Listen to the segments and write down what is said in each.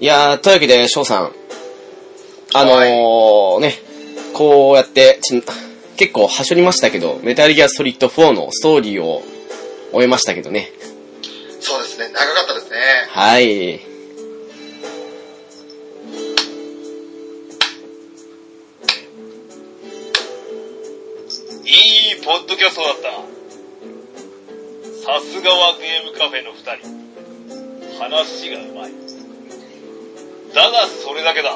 いやー、というわけで、翔さん。あのー、ね、こうやって、ちん結構はしょりましたけど、メタルギアソリッド4のストーリーを終えましたけどね。そうですね、長かったですね。はい。いいポッドキャストだった。さすがはゲームカフェの二人。話がうまい。だが、それだけだ。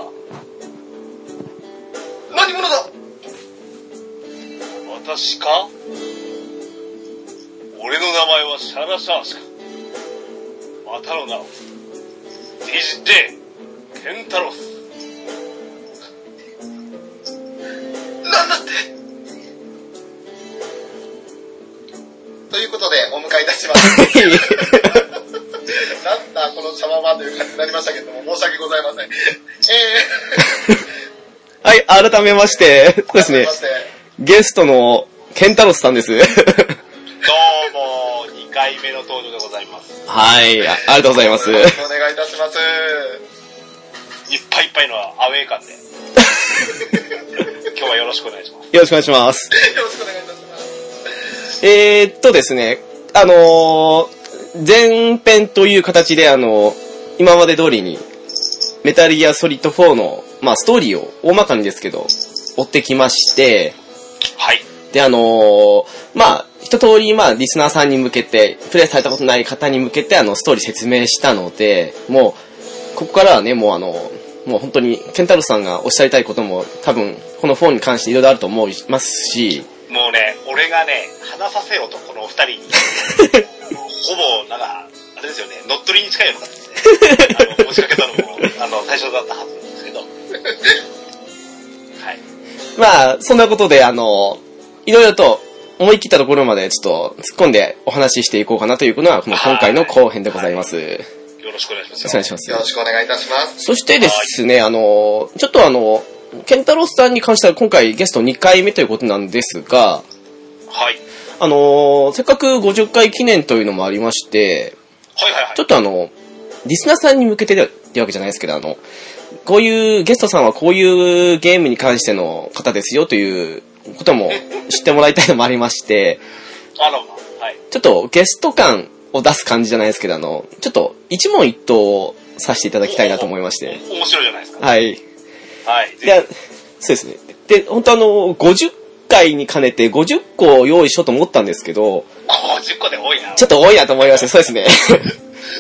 何者だ私か俺の名前はシャラシャーシか。またの名を。DJ、ケンタロス。なんだってということで、お迎えいたします。 なんだこの茶ままという感じになりましたけども、申し訳ございません。えはい、改めまして、そうー、ですね改めま、してゲストのケンタロスさんです。どうも、2回目の登場でございます。はい、あありがとうございます。よろしくお願いいたします。いっぱいいっぱいのアウェ ー感で。今日はよろしくお願いします。よろしくお願いします。よろしくお願いいたします。えー、っとですね、あのー、前編という形で、あのー今まで通りに、メタルギアソリッド4の、まあ、ストーリーを大まかにですけど、追ってきまして、はい。で、あのーまあ、一通り、まあ、リスナーさんに向けて、プレイされたことない方に向けて、あの、ストーリー説明したので、もう、ここからはね、もうあの、もう本当に、ケンタロスさんがおっしゃりたいことも、多分、この4に関していろいろあると思いますし、もうね、俺がね、話させようと、このお二 人に。ほぼ、なんか、あれですよね、乗っ取りに近いような感じですね。あの、持ちかけたのも、あの、最初だったはずなんですけど。はい。まあ、そんなことで、あの、いろいろと思い切ったところまでちょっと突っ込んでお話ししていこうかなというのは、この今回の後編でございます。よよろしくお願いしまろしくおす願よい。しますよ。ろしくお願いいたします。そしてですね、あの、ちょっとあの、ケンタロスさんに関しては今回ゲスト2回目ということなんですが、はい。あの、せっかく50回記念というのもありまして、はいはいはいちょ。っとあの、リスナーさんに向けてでってわけじゃないですけど、あの、こういう、ゲストさんはこういうゲームに関しての方ですよということも知ってもらいたいのもありまして、あらま、はい。ちょっとゲスト感を出す感じじゃないですけど、あの、ちょっと一問一答をさせていただきたいなと思いまして。お面白いじゃないですか。はい。はい。いや、そうですね。で、本当あの、50回に兼ねて50個を用意しようと思ったんですけど、お10個で多いな。ちょっと多いなと思いました。そう ですね。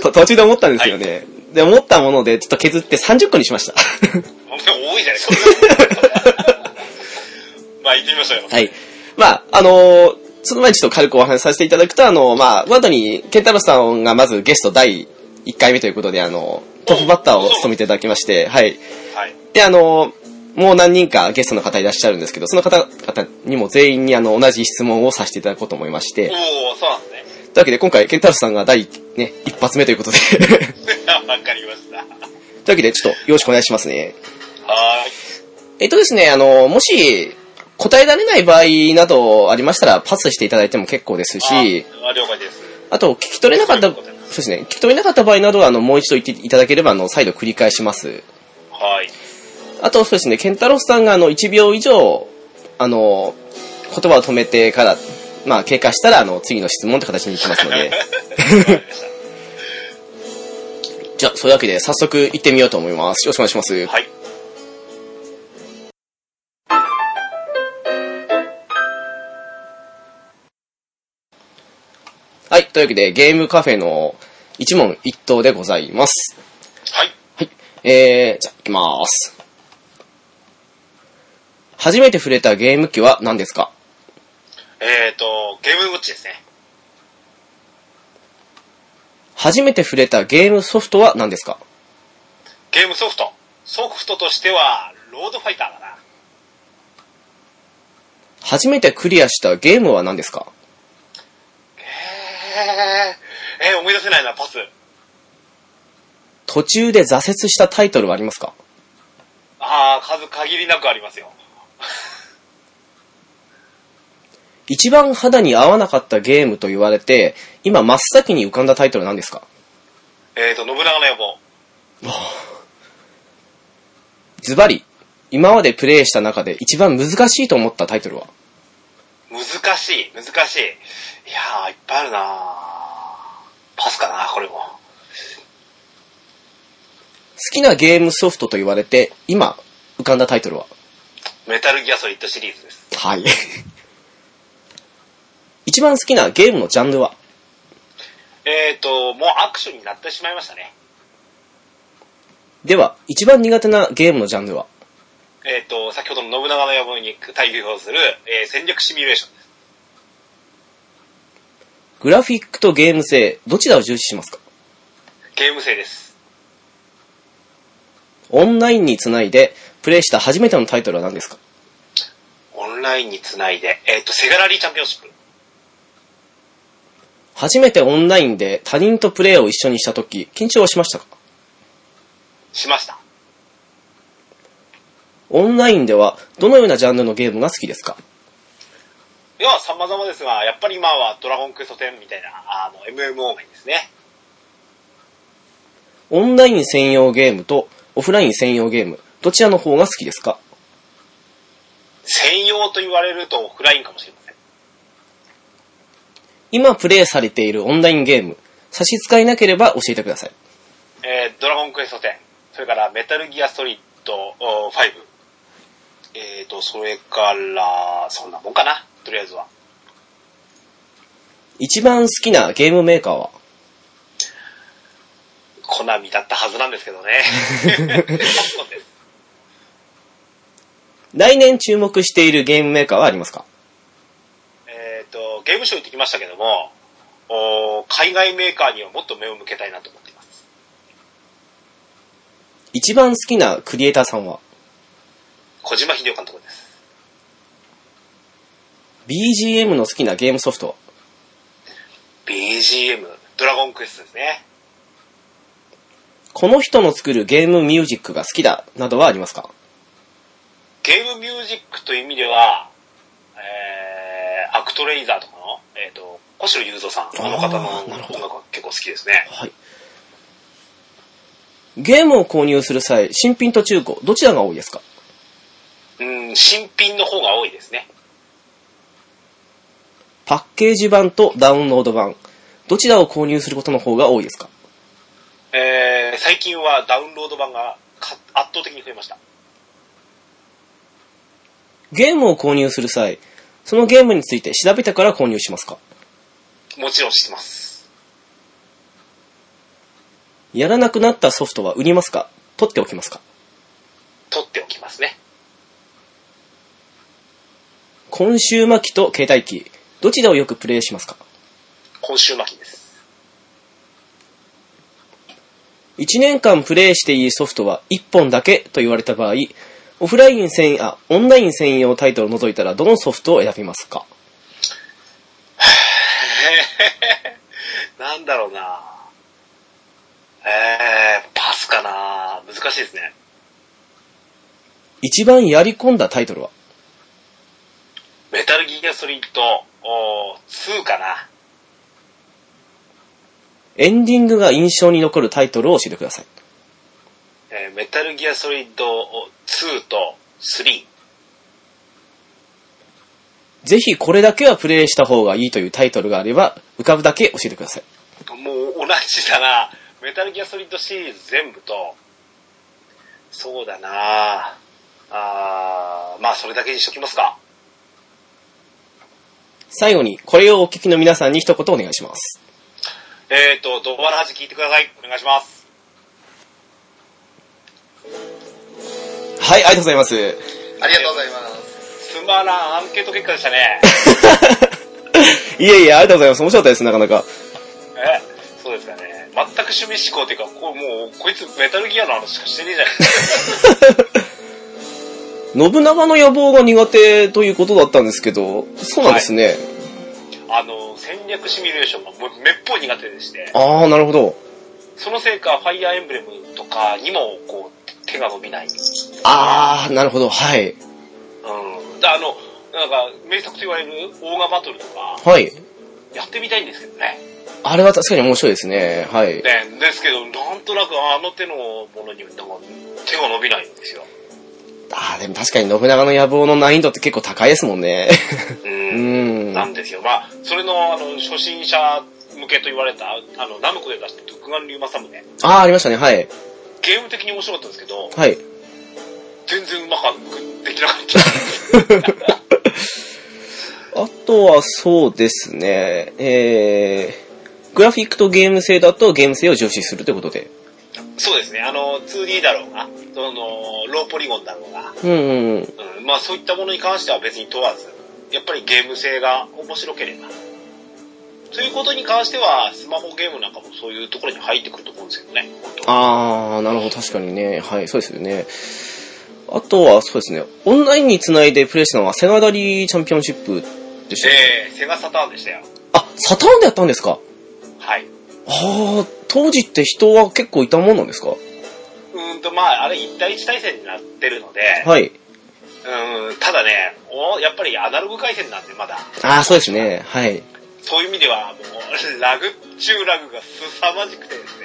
と途中で思ったんですよね。で、思ったもので、ちょっと削って30個にしました。多いじゃないです か。まあ、行ってみましょうよ。はい。まあ、あのーその前にちょっと軽くお話しさせていただくと、あのまあ、この後に、ケンタロスさんがまずゲスト第1回目ということで、あのトップバッターを務めていただきまして、はい。はい。で、あの、もう何人かゲストの方いらっしゃるんですけど、その方々にも全員にあの、同じ質問をさせていただこうと思いまして、というおおそうなんですわけで今回、ケンタロスさんが第、ね、一発目ということで、 というね。 わかりました。わけでちょっとよろしくお願いしますね。はーい。えっとですね、あの、もし、答えられない場合などありましたら、パスしていただいても結構ですし、あ、了解です。あと、聞き取れなかった、そうそういうことねですね、聞き取れなかった場合などは、あの、もう一度言っていただければ、あの、再度繰り返します。はい。あとそうですね、ケンタロスさんがあの1秒以上、あの、言葉を止めてから、まあ経過したら、あの、次の質問って形に行きますので。じゃあ、そういうわけで早速行ってみようと思います。よろしくお願いします。はい。はい、というわけでゲームカフェの一問一答でございます。はい。はい。えー、じゃあ行きます。初めて触れたゲーム機は何ですかえっ、ー、と、ゲームウォッチですね。初めて触れたゲームソフトは何ですかゲームソフト。ソフトとしては、ロードファイターだな。初めてクリアしたゲームは何ですかえー、えー、思い出せないな、パス。途中で挫折したタイトルはありますかあー、数限りなくありますよ。一番肌に合わなかったゲームと言われて、今真っ先に浮かんだタイトルは何ですかえっ、ー、と、信長の野望。ズバリ、今までプレイした中で一番難しいと思ったタイトルは難しい、難しい。いやー、いっぱいあるなーパスかな、これも。好きなゲームソフトと言われて、今、浮かんだタイトルはメタルギアソリッドシリーズです。はい。 一番好きなゲームのジャンルはえーと、もうアクションになってしまいましたね。では、一番苦手なゲームのジャンルはえーと、先ほどの信長の野望に対抗する、えー戦略シミュレーションです。グラフィックとゲーム性、どちらを重視しますかゲーム性です。オンラインにつないで、プレイした初めてのタイトルは何ですかオンラインにつないで、えーと、セガラリーチャンピオンシップ。初めてオンラインで他人とプレイを一緒にした時、緊張はしましたかしました。オンラインでは、どのようなジャンルのゲームが好きですかいや、様々ですが、やっぱり今はドラゴンクエスト10みたいな、あの、MMO 面ですね。オンライン専用ゲームとオフライン専用ゲーム、どちらの方が好きですか専用と言われるとオフラインかもしれません。今プレイされているオンラインゲーム、差し支えなければ教えてください。えードラゴンクエスト10、それからメタルギアストリッドおー5、えーと、それから、そんなもんかな、とりあえずは。一番好きなゲームメーカーはコナミだったはずなんですけどね。 そうです来年注目しているゲームメーカーはありますかえーと、ゲームショー行ってきましたけども、おー海外メーカーにはもっと目を向けたいなと思っています。一番好きなクリエイターさんは小島秀夫監督です。 ?BGM の好きなゲームソフトは BGM、ドラゴンクエストですね。この人の作るゲームミュージックが好きだなどはありますかゲームミュージックという意味では、えー、アクトレイザーとかの、えっ、と、小城雄三さん、あの方のあー音なるほど楽が結構好きですね。はい。ゲームを購入する際、新品と中古、どちらが多いですかうん、新品の方が多いですね。パッケージ版とダウンロード版、どちらを購入することの方が多いですかえー、最近はダウンロード版がか圧倒的に増えました。ゲームを購入する際、そのゲームについて調べてから購入しますかもちろん知ってます。やらなくなったソフトは売りますか取っておきますか取っておきますね。コンシューマ機と携帯機、どちらをよくプレイしますか今週巻きです。 1年間プレイしていいソフトは1本だけと言われた場合、オフライン専、あ、オンライン専用タイトルを除いたらどのソフトを選びますかなんだろうなえー、パスかな難しいですね。一番やり込んだタイトルはメタルギアソリッドおー2かなエンディングが印象に残るタイトルを教えてください。えーメタルギアソリッド2と3。ぜひこれだけはプレイした方がいいというタイトルがあれば、浮かぶだけ教えてください。もう同じだな。メタルギアソリッドシリーズ全部と、そうだなあーまあそれだけにしときますか。最後に、これをお聞きの皆さんに一言お願いします。えっ、ー、と、ドバラハジ聞いてください。お願いします。はい、ありがとうございます。ありがとうございます。つまらんアンケート結果でしたね。 いえいえ、ありがとうございます。面白かったです、なかなか。えそうですかね。全く趣味思考というか、こうもう、こいつメタルギアの話しかしてねえじゃないですか。信長の野望が苦手ということだったんですけど、そうなんですね。あの、戦略シミュレーションがもうめっぽう苦手でして。あー、なるほど。そのせいか、ファイアーエンブレムとかにも、こう、手が伸びない。うん。あー、なるほど、はい。であの、なんか、名作と言われるオーガバトルとか、はい。やってみたいんですけどね。あれは確かに面白いですね。はい。ね、ですけど、なんとなくあの手のものに、なんか、手が伸びないんですよ。ああ、でも確かに信長の野望の難易度って結構高いですもん ね。う。うんん。なんですよ。まあ、それの、あの、初心者向けと言われた、あの、ナムコで出した特眼竜政宗。ああ、ありましたね。はい。ゲーム的に面白かったんですけど、はい。全然うまくできなか った。あとはそうですね。えー、グラフィックとゲーム性だとゲーム性を重視するということで。そうですね。あの、2D だろうが、その、ローポリゴンだろうが、うんうんうん。うん、まあそういったものに関しては別に問わず、やっぱりゲーム性が面白ければ。ということに関しては、スマホゲームなんかもそういうところに入ってくると思うんですけどね。あー、なるほど、確かにね。はい、そうですよね。あとは、そうですね。オンラインにつないでプレイしたのは、セガダリーチャンピオンシップでした、えー、セガサターンでしたよ。あ、サターンでやったんですかはい。あー、当時って人は結構いたもんなんですかうーんと、まあ、あれ一対一対戦になってるので、はい。うーん、ただね、おやっぱりアナログ回線なんでまだ、あー、そうですね。はい。そういう意味ではもう、ラグ中ラグが凄まじくてです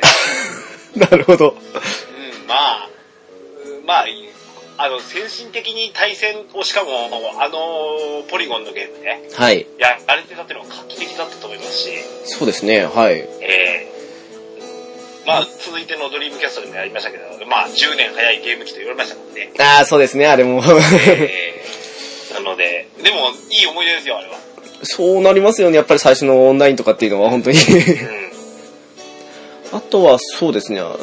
ね。 なるほど。うん、まあ、うんまあ、いいあの、先進的に対戦をしかも、あの、ポリゴンのゲームね、はい。やられてたっていうのは画期的だったと思いますし、そうですね。はい。えーまあ、続いてのドリームキャストでもやりましたけど、まあ、10年早いゲーム機と言われましたもんね。あー、そうですね。あれも。 えーなので、でも、いい思い出ですよ、あれは。そうなりますよね。やっぱり最初のオンラインとかっていうのは、本当に。 うあとはそうですね、あの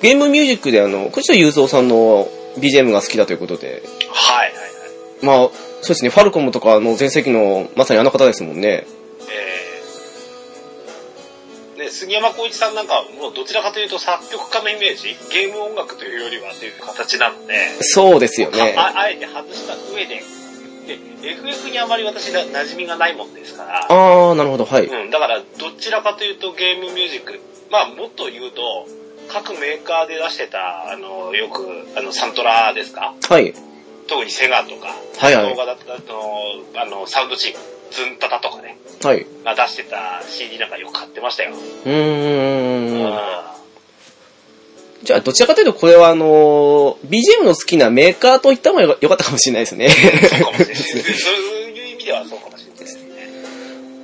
ゲームミュージックであの、藤田雄三さんの BGM が好きだということで、ん。はい、はい、はい。まあ、そうですね、ファルコムとかの全盛期のまさにあの方ですもんね。えーで杉山浩一さんなんかはもうどちらかというと作曲家のイメージゲーム音楽というよりはという形なので、そうですよね。ああえて外した上でで FF にあまり私な馴染みがないもんですから、あー、なるほど、はい。うん、だからどちらかというとゲームミュージックまあもっと言うと各メーカーで出してたあのよくあのサントラですかはい。特にセガとか、はいはい動画だったあのあのサウンドチームズンタタとかねはい。が出してた CD なんかよく買ってましたよう ーん。あじゃあ、どちらかというと、これはあの、BGM の好きなメーカーと言った方がよかったかもしれないですね。 ーそうかもしれないですね。そういう意味ではそうかもしれないですね。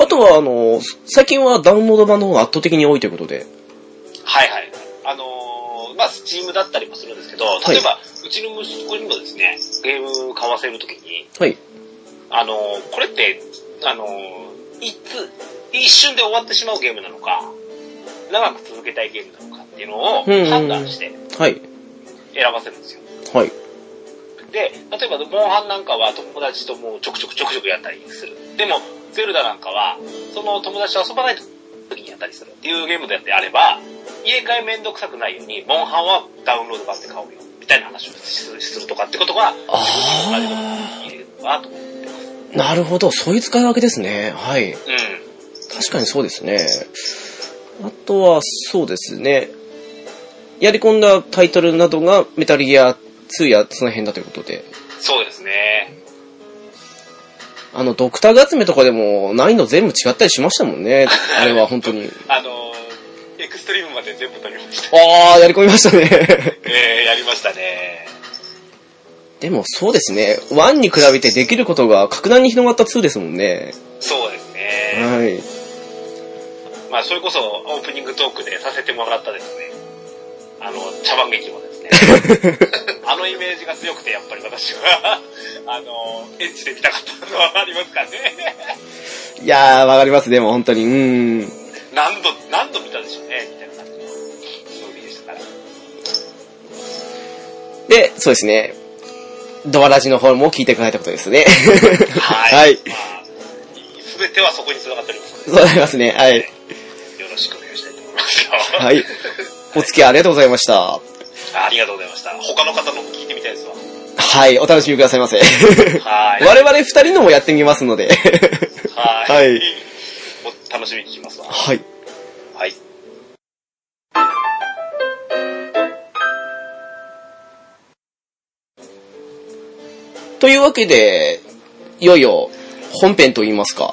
あとは、あの、最近はダウンロード版の方が圧倒的に多いということで。はいはい。あのーまあ、スチームだったりもするんですけど、い例えば、うちの息子にもですね、ゲーム買わせるときに、はい。あのーこれって、あのーいつ、一瞬で終わってしまうゲームなのか、長く続けたいゲームなのかっていうのをうん判断してはい。選ばせるんですよ。はい。で、例えば、モンハンなんかは友達ともうちょくちょくちょくちょくやったりする。でも、ゼルダなんかは、その友達と遊ばない時にやったりするっていうゲームであれば、家替えめんどくさくないように、モンハンはダウンロード版で買おうよ、みたいな話をするするとかってことが、あ同じことー。ができるわと。うん。なるほど、そういう使い分けですね。はい。確かにそうですね。あとは、そうですね。やり込んだタイトルなどが、メタルギア2やその辺だということで。そうですね。あの、ドクターガ集めとかでも、難易度全部違ったりしましたもんね。あれは本当に。あのー、エクストリームまで全部取りました。 あー、やり込みましたね。えー、やりましたね。 でもそうですね。1に比べてできることが格段に広がった2ですもんね。そうですね。はい。まあ、それこそオープニングトークでさせてもらったですね、あの、茶番劇も ですね、あのイメージが強くて、やっぱり私は、あの、エッチで見たかったのはありますかね。いやー、わかります。でも本当に。うん。何度、何度見たでしょうね、みたいな感じのムービーでしたから。で、そうですね。ドアラジの方も聞いてくれたことですね。ははいい。まあ、すべてはそこに繋がっておりま すそうなりますね。はい。ので、よろしくお願いしたいと思いますよ。 はい。お付き合いありがとうございました。ありがとうございました。他の方のも聞いてみたいですわ。はい、お楽しみくださいませ。はい。我々二人のもやってみますの で。ははいい。お楽しみにしますわ。はい。はい。というわけで、いよいよ本編といいますか、は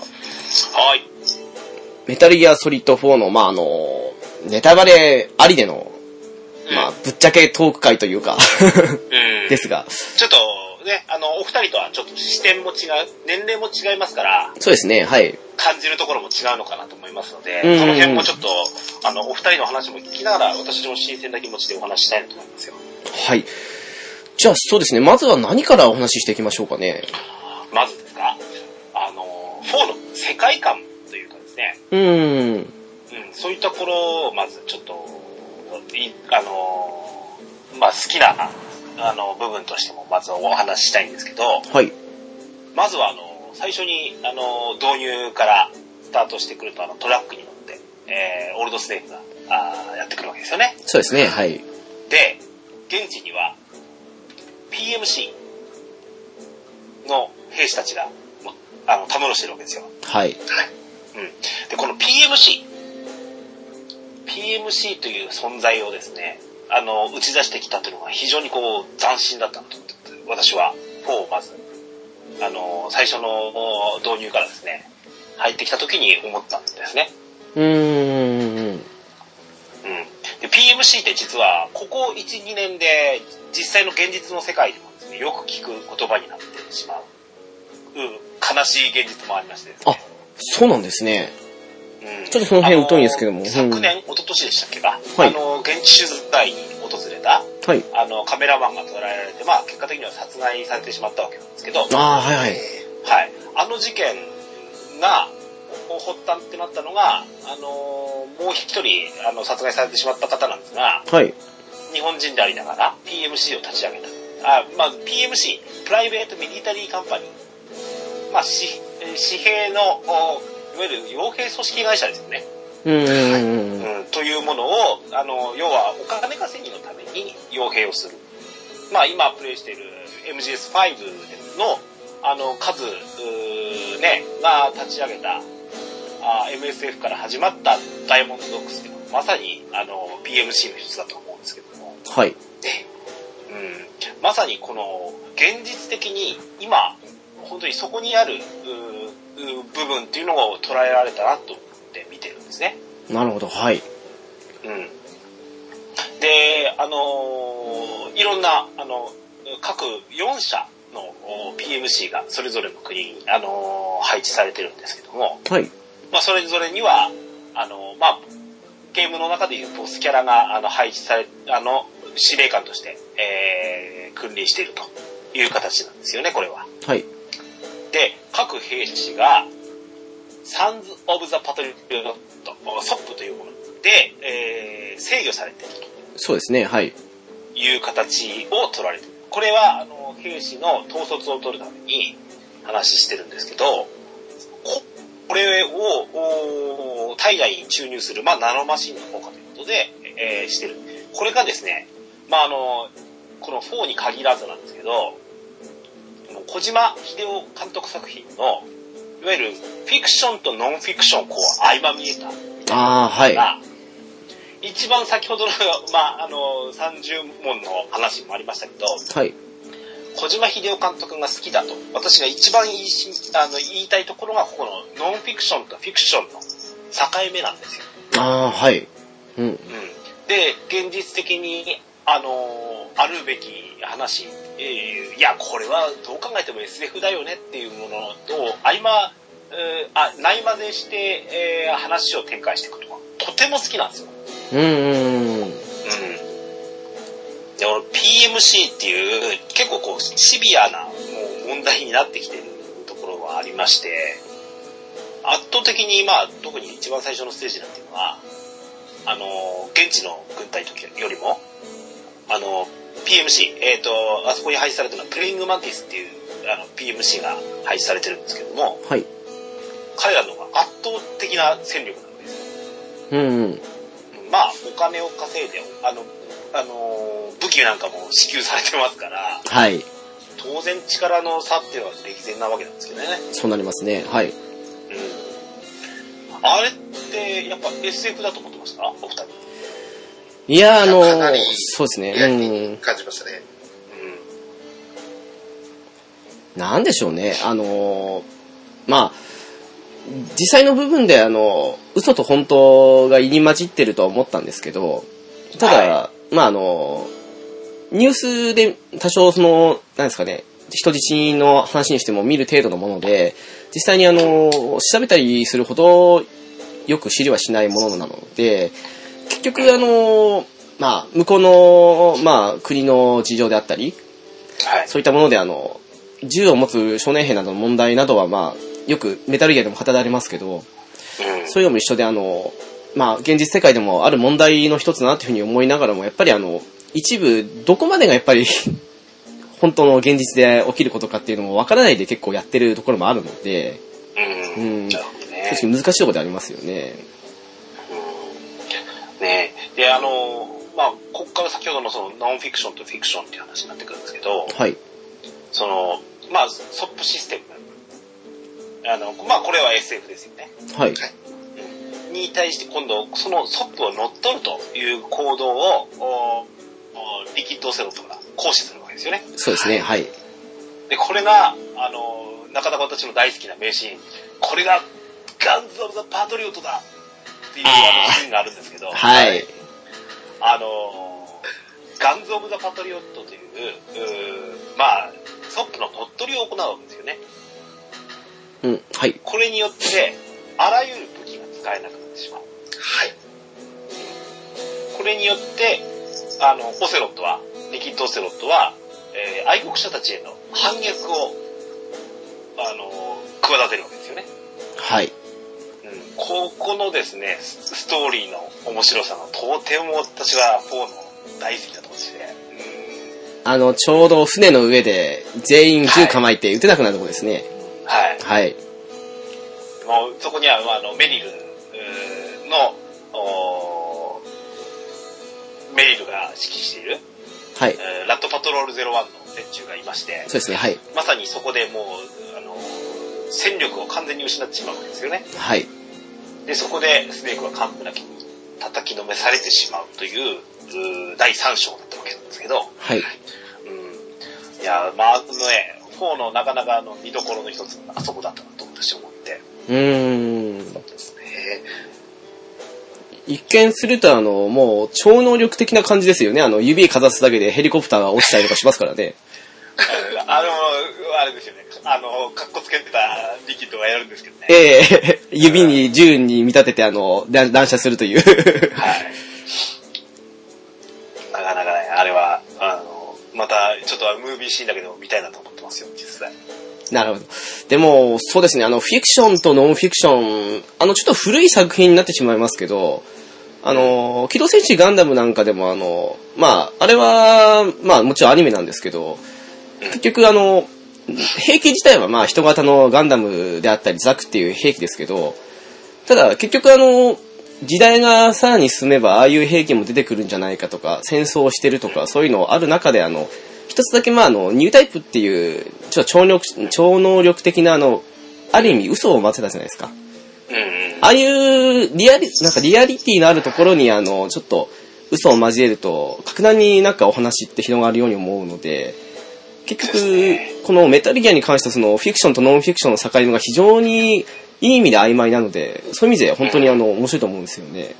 い。メタルギアソリッド4の、まあ、あの、ネタバレありでのまあ、ぶっちゃけトーク会というか、う ん。ですが、ちょっと、ね、あの、お二人とはちょっと視点も違う、年齢も違いますから、そうですね、はい。感じるところも違うのかなと思いますので、うんその辺もちょっと、あの、お二人の話も聞きながら、私も新鮮な気持ちでお話ししたいなと思いますよ。はい。じゃあ、そうですね、まずは何からお話ししていきましょうかね。まずですが、あの、4の世界観というかですね、うーん。うん、そういったところをまずちょっと、いあの、まあ、好きな、あの、部分としてもまずお話ししたいんですけど、はい。まずはあの、最初に、あの、導入からスタートしてくると、あの、トラックに乗って、えー、オールドスネークが、あーやってくるわけですよね。そうですね、はい。で、現地には、PMC の兵士たちが、もうあの、たむろしてるわけですよ。はい。うん。で、この PMC、PMC という存在をですね、あの、打ち出してきたというのが非常にこう、斬新だったなと思って私は、4をまず、あの、最初の導入からですね、入ってきた時に思ったんですね。うーん。うん。で、PMC って実は、ここ1、2年で、実際の現実の世界でもですね、よく聞く言葉になってしまう。うん、悲しい現実もありましてですあね。そうなんですね。うんちょっとその辺疎いんですけどもあのうん昨年、一昨年でしたっけか、はいあの、現地取材に訪れた、はい。あの、カメラマンが捉えられて、まあ、結果的には殺害されてしまったわけなんですけど、はい。ああ、はいはい。あの事件が、お発端ってなったのが、あのーもう一人、あの、殺害されてしまった方なんですが、はい。日本人でありながら、PMC を立ち上げた。あ、まず PMC、プライベートミリタリーカンパニー。まあ、し、私兵の、おいわゆる傭兵組織会社ですよね。うーん。うんというものをあの要はお金稼ぎのために傭兵をする、まあ、今プレイしている MGS5 のあの数、うーね、が立ち上げたあ MSF から始まったダイヤモンドドックスっていうのはまさにあの PMC の一つだと思うんですけども、はい。うん、まさにこの現実的に今本当にそこにあるうーうー部分っていうのを捉えられたなと思って見てるんですね。なるほど、はい。うんで、あのーいろんな、あの、各4社のお PMC がそれぞれの国に、あのー配置されてるんですけども、はい。まあ、それぞれには、あのーまあ、ゲームの中でいうボスキャラが、あの、配置され、あの、司令官として、えー、君臨しているという形なんですよね、これは。はい。で、各兵士が、サンズ・オブ・ザ・パトリット、ソップというもので、えー制御されているそうですね、はい。という形を取られている。これは、あの、兵士の統率を取るために話してるんですけど、ここれを、おー体外に注入する、まあ、ナノマシンの効果ということで、えーしてる。これがですね、まあ、あの、この4に限らずなんですけど、もう小島秀夫監督作品の、いわゆるフィクションとノンフィクションをこう、合間見えたああ、はい。が、一番先ほどの、まあ、あの、30問の話もありましたけど、はい。小島秀夫監督が好きだと、私が一番言いしあの言いたいところが、ここのノンフィクションとフィクションの境目なんですよ。ああ、はい。うん。うん、で、現実的に、あのあるべき話、えーいや、これはどう考えても SF だよねっていうものと、合間、えーあ、ないまぜして、えー話を展開していくとか、とても好きなんですよ。うーん。で俺 PMC っていう結構こうシビアなもう問題になってきてるところはありまして圧倒的にまあ特に一番最初のステージなんていうのはあの現地の軍隊時よりもあの PMC えっ、とあそこに配置されたのはプレイングマンティスっていうあの PMC が配置されてるんですけどもはい。彼らの方が圧倒的な戦力なわけですうん。まあ、お金を稼いで、あの、あのー、武器なんかも支給されてますから、はい。当然力の差っていうのは歴然なわけなんですけどね。そうなりますね、はい。うん。あれって、やっぱ SF だと思ってましたお二人。うん。いや、あのかなりそうですね。リアリティうん。感じましたね。なんでしょうね、あのーまあ、実際の部分で、あの、嘘と本当が入り混じってるとは思ったんですけど、ただ、まああの、ニュースで多少その、なんですかね、人質の話にしても見る程度のもので、実際にあの、調べたりするほどよく知りはしないものなので、結局あの、まあ、向こうの、まあ、国の事情であったり、はい。そういったもので、あの、銃を持つ少年兵などの問題などは、まあ、よくメタルギアでも語られますけど、うん。そういうのも一緒で、あの、まあ、現実世界でもある問題の一つだなというふうに思いながらも、やっぱりあの、一部、どこまでがやっぱり、 本当の現実で起きることかっていうのもわからないで結構やってるところもあるので、ううんん。なるほどね。正直難しいところでありますよね。うんねえで、あの、まあ、ここから先ほどのそのノンフィクションとフィクションっていう話になってくるんですけど、はい。その、まあ、ソップシステム。あの、まあ、これは SF ですよね。はい。に対して今度、そのソップを乗っ取るという行動を、おお力道セロップが行使するわけですよね。そうですね。はい。で、これが、あの、なかなか私の大好きな名シーン、これが、ガンズ・オブ・ザ・パトリオットだっていうああーのシーンがあるんですけ ど、はい。あのーガンズ・オブ・ザ・パトリオットという、うーまあ、ソップの乗っ取りを行うわけですよね。うん。はい。これによって、あらゆる武器が使えなくなってしまう。はい。これによって、あの、オセロットは、リキッド・オセロットは、えー愛国者たちへの反逆を、あのー企てるわけですよね。はい。うんここのですね、スストーリーの面白さのとても私は4の大好きなところですね。あの、ちょうど船の上で全員銃構えて撃てなくなるところですね。うんはい。はい。もうそこには、まあ、あのメリルうーの、おーメリルが指揮している、はい。えーラットパトロール01の連中がいましてそう、ですね。はい。まさにそこでもう、あの戦力を完全に失ってしまうんですよね。はい。で、そこでスネークは幹部なきに叩きのめされてしまうという、うー第3章だったわけなんですけど、はい。うんいや、まあ、あのね、4のなかなかあの見どころの一つ、あそこだったなと私は思って。うーん。ですね。一見すると、あの、もう、超能力的な感じですよね。あの、指かざすだけでヘリコプターが落ちたりとかしますからね。あの、あれですよね。あの、かっこつけてたリキッドがやるんですけどね。ええ 指に銃に見立てて、あの、乱乱射するという。はい。なかなかね、あれは、あの、また、ちょっとムービーシーンだけでも見たいなと思ってますよ、実際。なるほど。でも、そうですね、あの、フィクションとノンフィクション、あの、ちょっと古い作品になってしまいますけど、あの、機動戦士ガンダムなんかでも、あの、まあ、あれは、まあ、もちろんアニメなんですけど、結局、あの、兵器自体はまあ、人型のガンダムであったり、ザクっていう兵器ですけど、ただ、結局、あの、時代がさらに進めば、ああいう兵器も出てくるんじゃないかとか、戦争をしてるとか、そういうのある中で、あの、一つだけ、まあ、あの、ニュータイプっていう、ちょっと超能力、超能力的な、あの、ある意味嘘を混ぜたじゃないですか。うんうん。ああいうリアリ、なんかリアリティのあるところに、あの、ちょっと嘘を交えると、格段になんかお話って広がるように思うので、結そう局です、このメタルギアに関してはそのフィクションとノンフィクションの境目が非常にいい意味で曖昧なので、そういう意味で本当にあの、面白いと思うんですよね。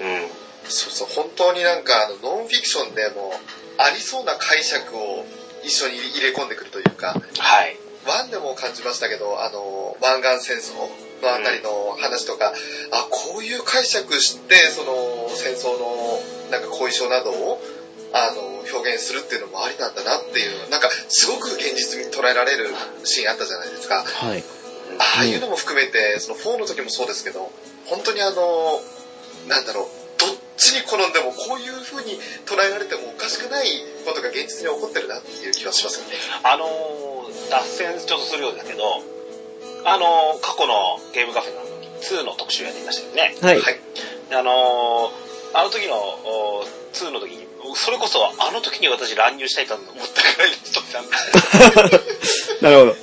うん。そうそう、本当になんか、あの、ノンフィクションでも、ありそうな解釈を一緒に入れ込んでくるというか、はい。ワンでも感じましたけど、あの、湾岸戦争のあたりの話とか、あ、こういう解釈して、その、戦争の、なんか後遺症などを、あの、表現するっていうのもありなんだなっていう、なんか、すごく現実に捉えられるシーンあったじゃないですか。はい。ああいうのも含めて、その4の時もそうですけど、本当にあの、なんだろう、どっちに転んでもこういう風に捉えられてもおかしくないことが現実に起こってるなっていう気はしますよね。あのー脱線ちょっとするようですけど、あのー過去のゲームカフェの2の特集やっていましたよね。はい。はい。あのーあの時のおー2の時に、それこそあの時に私乱入したいと思ったくらいの人なんですけどなるほど。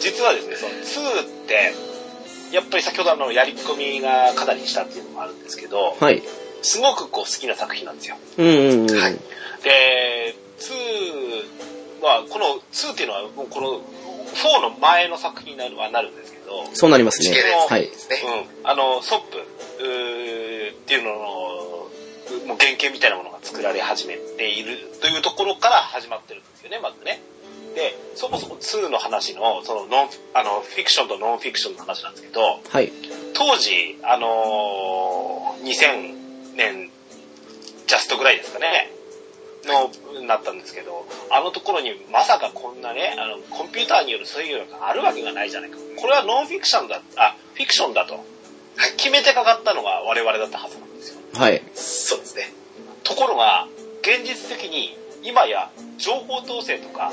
実はですね、その2って、やっぱり先ほどあの、やり込みがかなりしたっていうのもあるんですけど、はい。すごくこう好きな作品なんですよ。うんうんうん。はいで、2は、この2っていうのは、もうこの4の前の作品になるはなるんですけど、そうなりますね地形です。はいで。すね。うん、あの、ソップうーっていうのの、もう原型みたいなものが作られ始めているというところから始まってるんですよね、まずね。で、そもそも2の話の、そのノン、あの、フィクションとノンフィクションの話なんですけど、はい。当時、あのー2000年ジャストぐらいですかね、の、なったんですけど、あのところにまさかこんなね、あの、コンピューターによる制御があるわけがないじゃないか。これはノンフィクションだ、あ、フィクションだと、決めてかかったのが我々だったはずなんですよ。はい。そうですね。ところが、現実的に今や情報統制とか、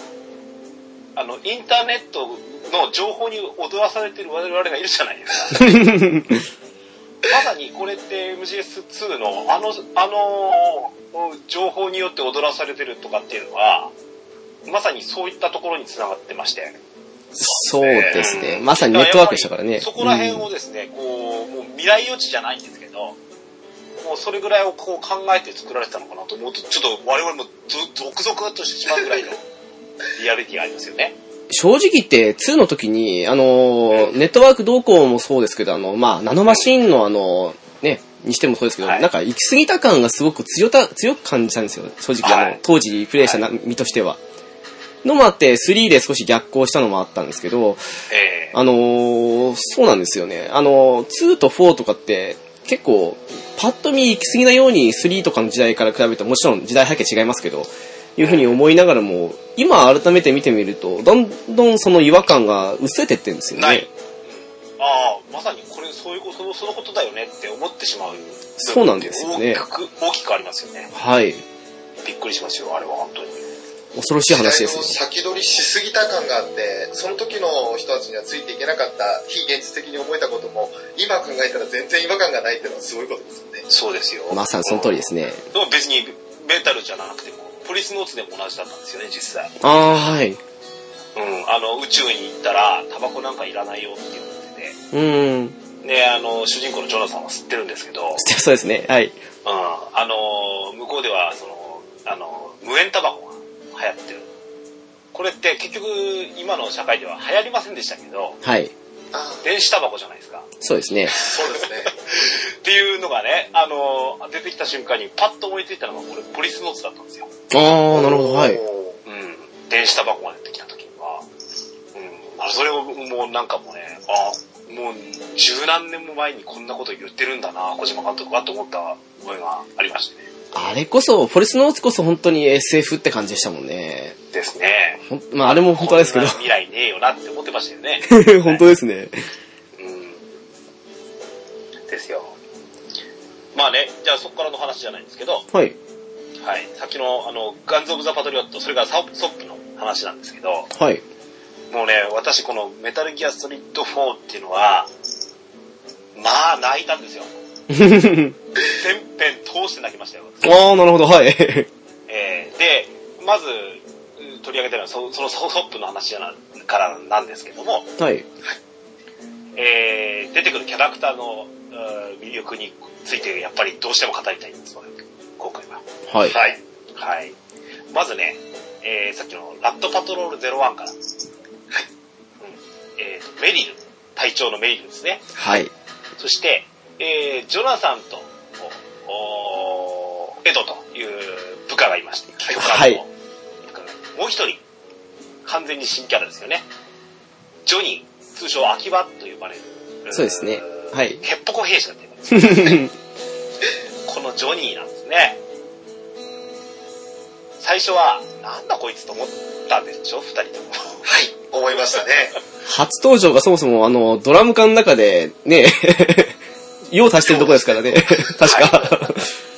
あの、インターネットの情報に踊らされてる我々がいるじゃないですか。まさにこれって MGS2 のあの、あの、情報によって踊らされてるとかっていうのは、まさにそういったところに繋がってまして。そうですね。まさにネットワークでしたからね。そこら辺うんをですね、こう、もう未来予知じゃないんですけど、もうそれぐらいをこう考えて作られてたのかなと思うと、ちょっと我々もゾゾクゾクっとしてしまうぐら いのリアリティがありますよね。正直言って、2の時に、あの、ネットワーク動向もそうですけど、あの、まあ、ナノマシンのあの、ね、にしてもそうですけど、はいなんか行き過ぎた感がすごく強た、強く感じたんですよ。正直、あはのい、当時プレイしたな身としては。のもあって、3で少し逆行したのもあったんですけど、ええあのーそうなんですよね。あのー2と4とかって、結構、パッと見行き過ぎなように3とかの時代から比べると、もちろん時代背景違いますけど、いうふうに思いながらも、今改めて見てみると、どんどんその違和感が薄れてってるんですよなねい。ああ、まさにこれ、そういうこと、そのそのことだよねって思ってしまう。そうなんですよね大きく、大きくありますよね。はい。びっくりしますよ、あれは本当に。恐ろしい話ですよ。時代を先取りしすぎた感があって、その時の人たちにはついていけなかった、非現実的に思えたことも、今考えたら全然違和感がないっていうのはすごいことですよね。そうですよ。まさにその通りですね。でも別にメタルじゃなくても、ポリスノーツでも同じだったんですよね、実際。あー、はい。うん、あの、宇宙に行ったら、タバコなんかいらないよって言ってうーん。 て、で、あの、主人公のジョナサンは吸ってるんですけど、うん、そうですね。はい。あの、向こうでは、その、あの、無煙タバコが流行ってる。これって結局、今の社会では流行りませんでしたけど、はい。あ電子タバコじゃないですか。そうですね。そうですね。っていうのがね、あの、出てきた瞬間にパッと思いついたのが、これ、ポリスノーツだったんですよ。あー、なるほど。はい。い。うん、電子タバコが出てきた時には、うん、あそれをもうなんかもうね、あ、もう十何年も前にこんなこと言ってるんだな、小島監督はと思った思いがありましたね。あれこそ、フォレスノーツこそ本当に SF って感じでしたもんね。ですね。ほんまあ、あれも本当ですけどこんな。未来ねえよなって思ってました よね。本当ですね。うん。ですよ。まあね、じゃあそこからの話じゃないんですけど、はい。はい、さっきのあの、ガンズ・オブ・ザ・パトリオット、それからサソップの話なんですけど、はい。もうね、私このメタルギアストリート4っていうのは、まあ泣いたんですよ。全編通して泣きましたよ。ああ、なるほど、はい。えーで、まずうん取り上げたのはそそのソソップの話やなからなんですけども、はい。えー出てくるキャラクターのうん魅力についてやっぱりどうしても語りたいんです、それ今回は。はい。はい。はい。まずね、えーさっきのラットパトロール01から、はい。うんえーとメリル、隊長のメリルですね。はい。そして、えージョナサンと、おおエドという部下がいまして、企画はい部下がもう一人、完全に新キャラですよね。ジョニー、通称秋葉と呼ばれる。そうですねうんはいヘッポコ兵士だって言われてます このジョニーなんですね。最初は、なんだこいつと思ったんでしょ二人とも。思いましたね。初登場がそもそも、あの、ドラム缶の中で、ね、 用足してるとこですからね。確か。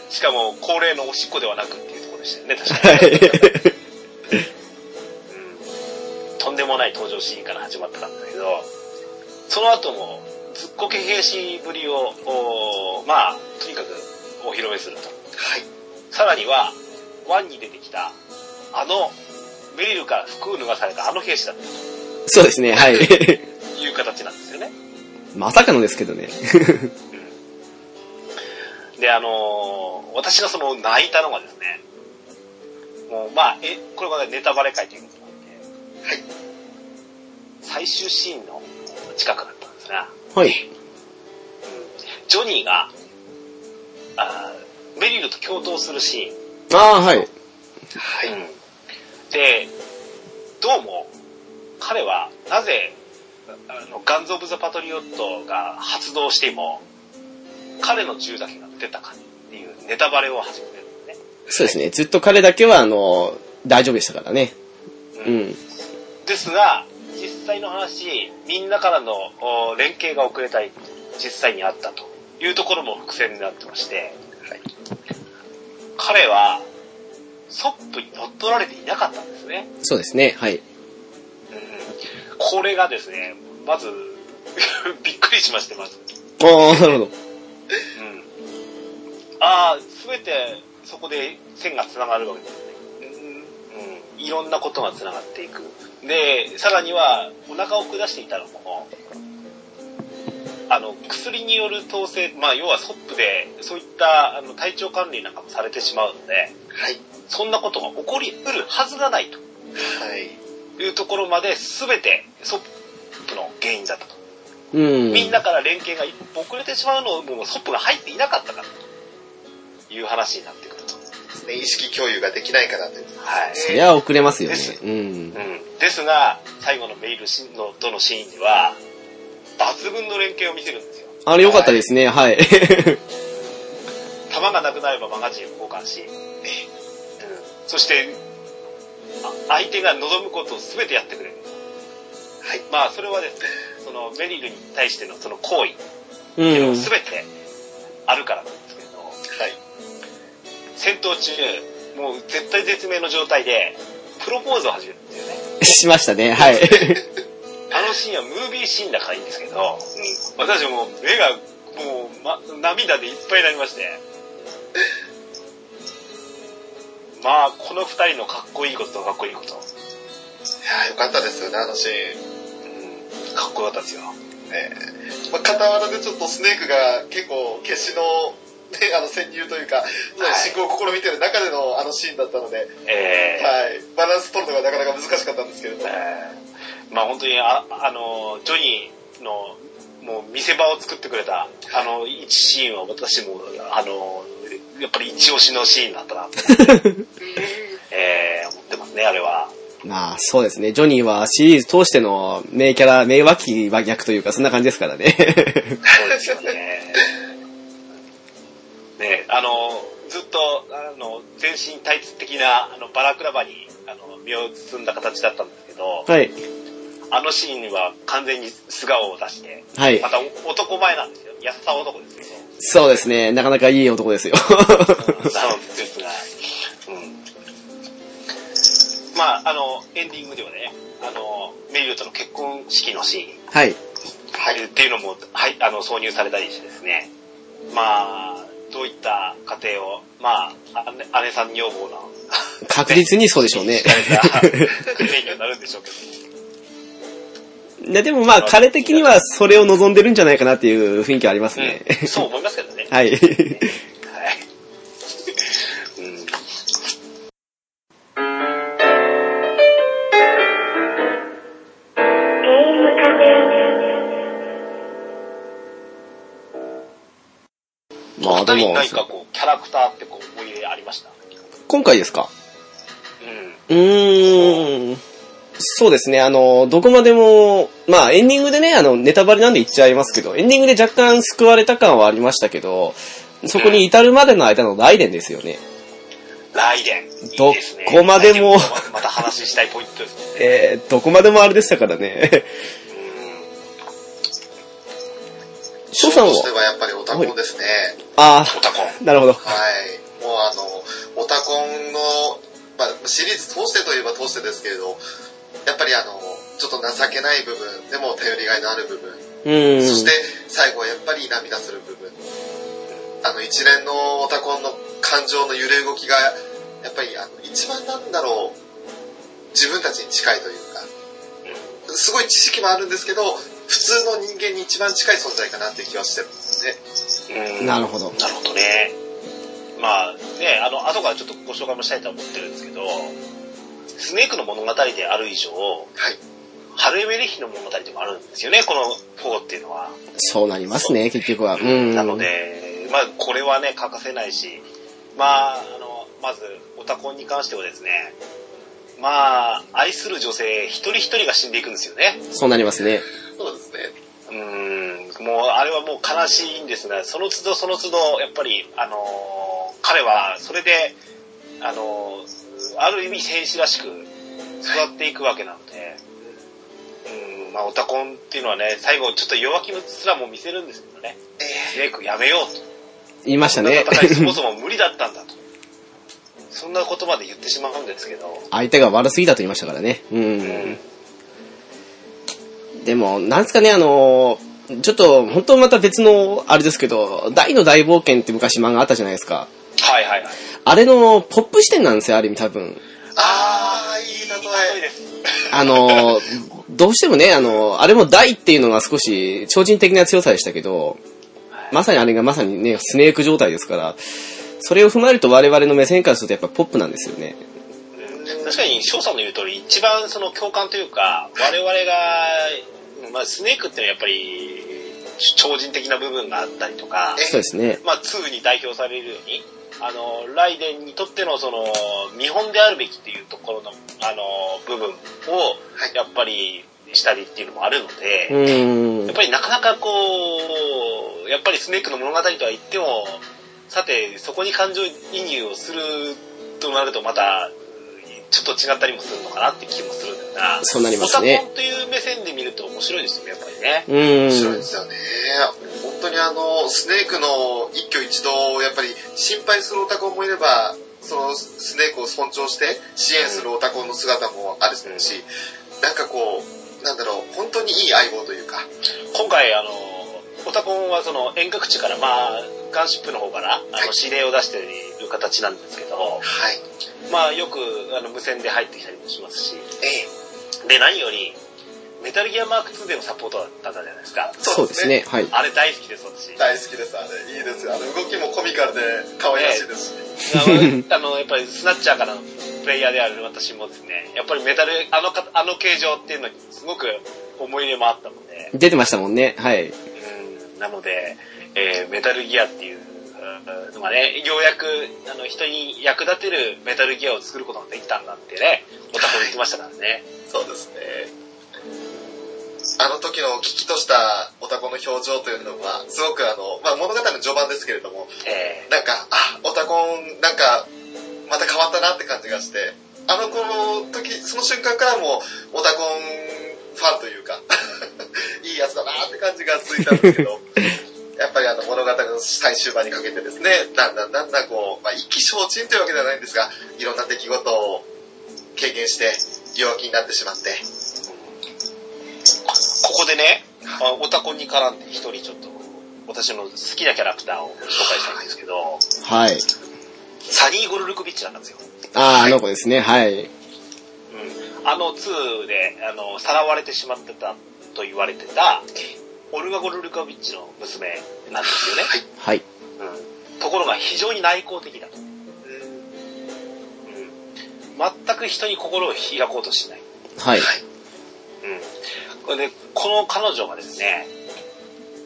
しかも、恒例のおしっこではなくっていうところでしたよね、確か はい。に。とんでもない登場シーンから始まったんだけど、その後も、ずっこけ兵士ぶりを、おーまあ、とにかくお披露目すると。はい。さらには、ワンに出てきた、あの、メリルから服を脱がされたあの兵士だったそうですね、はい。という形なんですよね。まさかのですけどね。で、あのー私がその泣いたのがですね、もうまあ、え、これはネタバレ会ということなんで、はい。最終シーンの近くだったんですが、はい。ジョニーが、あーメリルと共闘するシああ、はい。はーン。い。で、どうも、彼はなぜ、あの、ガンズ・オブ・ザ・パトリオットが発動しても、彼の銃だけが出たかっていうネタバレを始めてるんでそうですね。ずっと彼だけは、あの、大丈夫でしたからね。すね。ううんん。ですが、実際の話、みんなからのお連携が遅れたい、実際にあったというところも伏線になってまして、彼は、ソップに乗っ取られていなかったんですね。そうですね。はい。うんこれがですね、まず、 びっくりしまして、まず。ああ、なるほど。うん。ああ、すべてそこで線が繋がるわけですね。うん。いろんなことが繋がっていく。で、さらには、お腹を下していたのも、あの、薬による統制、まあ、要はソップで、そういったあの体調管理なんかもされてしまうので、はい。そんなことが起こり得るはずがないと。はい。いうところまで全てソップの原因だったと。うん。みんなから連携が一歩遅れてしまうのもソップが入っていなかったからという話になってくると。ですね。意識共有ができないからという。はい。そりゃ遅れますよねです。うんう。ん。ですが、最後のメールシーンのとのシーンには、抜群の連携を見せるんですよ。あれ良かったですね。はい。弾がなくなればマガジンを交換し、ねうん、そして、あ相手が望むことを全てやってくれる。はい。まあ、それはですね、そのメリルに対してのその行為、うん。全てあるからなんですけれど、はい。戦闘中、もう絶対絶命の状態で、プロポーズを始めるんですよね。しましたね。はい。あのシーンはムービーシーンだからいいんですけど、うん私もう目が、もう、ま、涙でいっぱいになりまして。まあ、この二人のかっこいいこととかっこいいこと。いやーよかったですよね、あのシーうん、かっこよかったですよ。ン。えーまあ、傍らでちょっとスネークが結構決死の、ね、あの潜入というか、その進行を試みてる中でのあのシーンだったので、はい、えーバランス取るのがなかなか難しかったんですけれども、はい、えーまあ本当にあ、あの、ジョニーの、もう見せ場を作ってくれた、あの、一シーンは私も、あの、やっぱり一押しのシーンだったなって、えー思ってますね、あれは。まあ、そうですね。ジョニーはシリーズ通しての名キャラ、名脇役というか、そんな感じですからね。そうですよね。 ね、あの、ずっと、あの、全身タイツ的な、あの、バラクラバに、あの、身を包んだ形だったんですけど、 はい。あのシーンには完全に素顔を出して、はいま。たお男前なんですよ。安さ男ですけど。そうですね。なかなかいい男ですよ。 そうですが、うん。まあ、あの、エンディングではね、あの、メリルとの結婚式のシはい。ーンっていうのも、はい、あの、挿入されたりしてですね、まあ、どういった家庭を、まあ、姉姉さん女房の、 確実にそうでしょうね敷。かれた訓練にはなるんでしょうけど、ででもまあ、彼的にはそれを望んでるんじゃないかなっていう雰囲気はありますね。うんそう思いますけどね。はい。はい。うん まあで二人も何、かこう、キャラクターってこう、思い入れありました今回ですかうん。うーん。そうですね、あの、どこまでも、まあエンディングでね、あの、ネタバレなんで言っちゃいますけど、エンディングで若干救われた感はありましたけど、そこに至るまでの間のライデンですよね。ライデン。どいいすねこまでもライデンままた話したいポイントですね。えー、どこまでもあれでしたからね。翔さんとしては、はやっぱりオタコンですね。あオタコン。あ、なるほど。はい。もうあの、オタコンの、まあ、シリーズ通してといえば通してですけれど、やっぱりあの、ちょっと情けない部分、でも頼りがいのある部分、うーん。そして最後はやっぱり涙する部分。あの一連のオタコンの感情の揺れ動きが、やっぱりあの一番なんだろう、自分たちに近いというか、すごい知識もあるんですけど、普通の人間に一番近い存在かなっていう気はしてるんですね。うんなるほど。なるほどね。まあね、あの、後からちょっとご紹介もしたいとは思ってるんですけど、スネークの物語である以上、はい。ハルエメリヒの物語でもあるんですよね、この4っていうのは。そうなりますね、結局は。うん。なの。で、まあこれはね、欠かせないし、まあ、あの、まず、オタコンに関してはですね、まあ、愛する女性一人一人が死んでいくんですよね。そうなりますね。そうですね。うーん、もう、あれはもう悲しいんですが、その都度その都度、やっぱり、あのー彼は、それで、あのーある意味戦士らしく育っていくわけなので、うん、まあ、オタコンっていうのはね、最後ちょっと弱気すらも見せるんですけどね、えレイクやめようと。言いましたそんなね。戦いそもそも無理だったんだと。そんなことまで言ってしまうんですけど。相手が悪すぎだと言いましたからね。う。うんでも、なんですかね、あのー、ちょっと、本当また別の、あれですけど、大の大冒険って昔漫画あったじゃないですか。はいはいはい。あれの、ポップ視点なんですよ、ある意味多分。あー、いいいい例え。です。あのー、どうしてもね、あのー、あれも大っていうのが少し超人的な強さでしたけど、まさにあれがまさにね、スネーク状態ですから、それを踏まえると我々の目線からするとやっぱポップなんですよね。うん確かに翔さんの言う通り、一番その共感というか、我々が、まあ、スネークっていうのはやっぱり、超人的な部分があったりとか、そうですね。まあ、2に代表されるように、あの、ライデンにとってのその、見本であるべきっていうところの、あの、部分を、やっぱり、したりっていうのもあるので、うーんやっ。ぱりなかなかこう、やっぱりスネークの物語とは言っても、さて、そこに感情移入をするとなるとまた、ちょっと違ったりもするのかなって気もするんだよな。そうなりますねオタコンという目線で見ると面白いですよね、やっぱりね。う面白いでーん。すよね。本当にあの、スネークの一挙一動をやっぱり心配するオタコもいれば、そのスネークを尊重して支援するオタコの姿もあるし、なんかこう、なんだろう、本当にいい相棒というか、今回、あの、オタコンはその遠隔地から、まあ、ガンシップの方から、あの、指令を出している形なんですけど、はい。まあ、よく、あの、無線で入ってきたりもしますし、ええ、で、何より、メタルギアマーク2でのサポートだったじゃないですか。そうですね。はい。あれ大好きです、 私。大好きです、あれ。いいですよ。あの動きもコミカルで可愛らしいですし。あの、やっぱりスナッチャーからのプレイヤーである私もですね、やっぱりメタル、あのか、あの形状っていうのにすごく思い入れもあったので、出てましたもんね。はい。うん、なので、えーメタルギアっていううんのがね、ようやく、あの、人に役立てるメタルギアを作ることができたんだってね、おたこ言ってましたからね。そうですね。あの時の危機としたオタコの表情というのは、すごくあの、まあ、物語の序盤ですけれども、えなんか、あ、オタコン、なんか、また変わったなって感じがして、あの子の時、その瞬間からも、オタコンファンというか、 いいやつだなって感じがついたんですけど、 やっぱりあの物語の最終盤にかけてですね、だんだんだんだんこう、まあ、一気消沈というわけではないんですが、いろんな出来事を経験して、弱気になってしまって、ーここでね、あオタコに絡んで一人ちょっと、私の好きなキャラクターを紹介したいんですけど、はい。サニー・ゴルルコビッチなんですよ。ああ、あの子ですね。はい。うんあの2で、あの、さらわれてしまってたと言われてた、オルガ・ゴルルカビッチの娘なんですよね。はい。うんところが非常に内向的だと。うん全く人に心を開こうとしない。はい。うんこれで、この彼女がですね、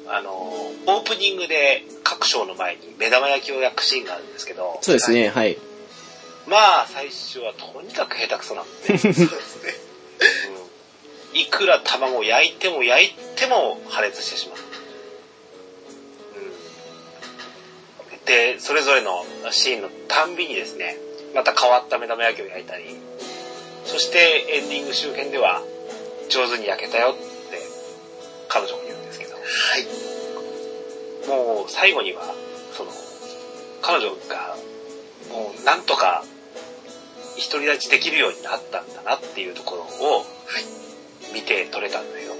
あの、オープニングで各章の前に目玉焼きを焼くシーンがあるんですけど、そうですね。はい。まあ、最初はとにかく下手くそなんですそうね。ですね。うんいくら卵を焼いても焼いても破裂してしまう。うん、で、それぞれのシーンのたんびにですね、また変わった目玉焼きを焼いたり、そしてエンディング周辺では上手に焼けたよって彼女も言うんですけど、はい。もう最後には、その、彼女がもうなんとか独り立ちできるようになったんだなっていうところを見て取れたんだよ。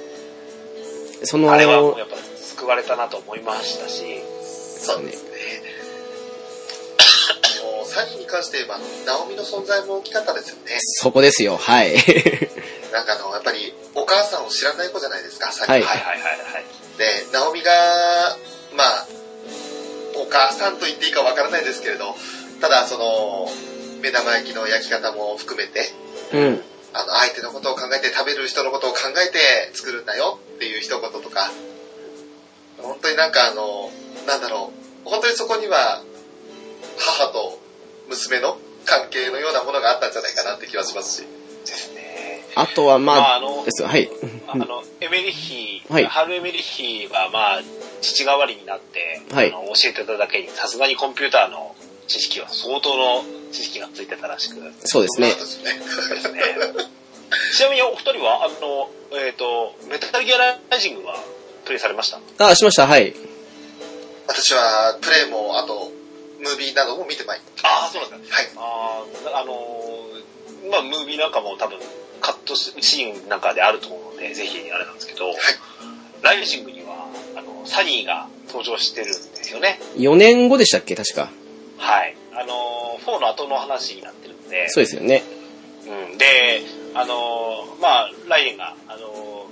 その、あれはもうやっぱ救われたなと思いましたし、そうですね。もうサニーに関して言えば、ナオミの存在も大きかったですよね。そこですよ。はい。なんかあの、やっぱり、お母さんを知らない子じゃないですか、サニー。はいはいはいはいはい。で、ナオミが、まあ、お母さんと言っていいかわからないですけれど、ただ、その、目玉焼きの焼き方も含めて、 うん。あの、相手のことを考えて食べる人のことを考えて作るんだよっていう一言とか、本当になんかあの、なんだろう、本当にそこには、母と娘の関係のようなものがあったんじゃないかなって気はしますし。ですね。あとはまあ、まああのですはい。あの、エメリッヒ、はいハル・エメリッヒは、まあ、父代わりになって、はいあの教えてただけに、さすがにコンピューターの知識は相当の知識がついてたらしくですそうですね。そうですね。ね。 ちなみにお二人は、あの、えっ、と、メタルギアライジングはプレイされましたあ、しました、はい。私はプレイも、あと、ムービーなども見てまいりまああ、そうなんですす。ね。はい。ああ、あのーまあ、ムービーなんかも多分、カットシーンなんかであると思うので、ぜひあれなんですけど、ライジングには、あの、サニーが登場してるんですよね。 4年後でしたっけ、確か。はい。あのー、4の後の話になってるんで、そうですよね。うん、で、あのー、まあ、ライデンが、あの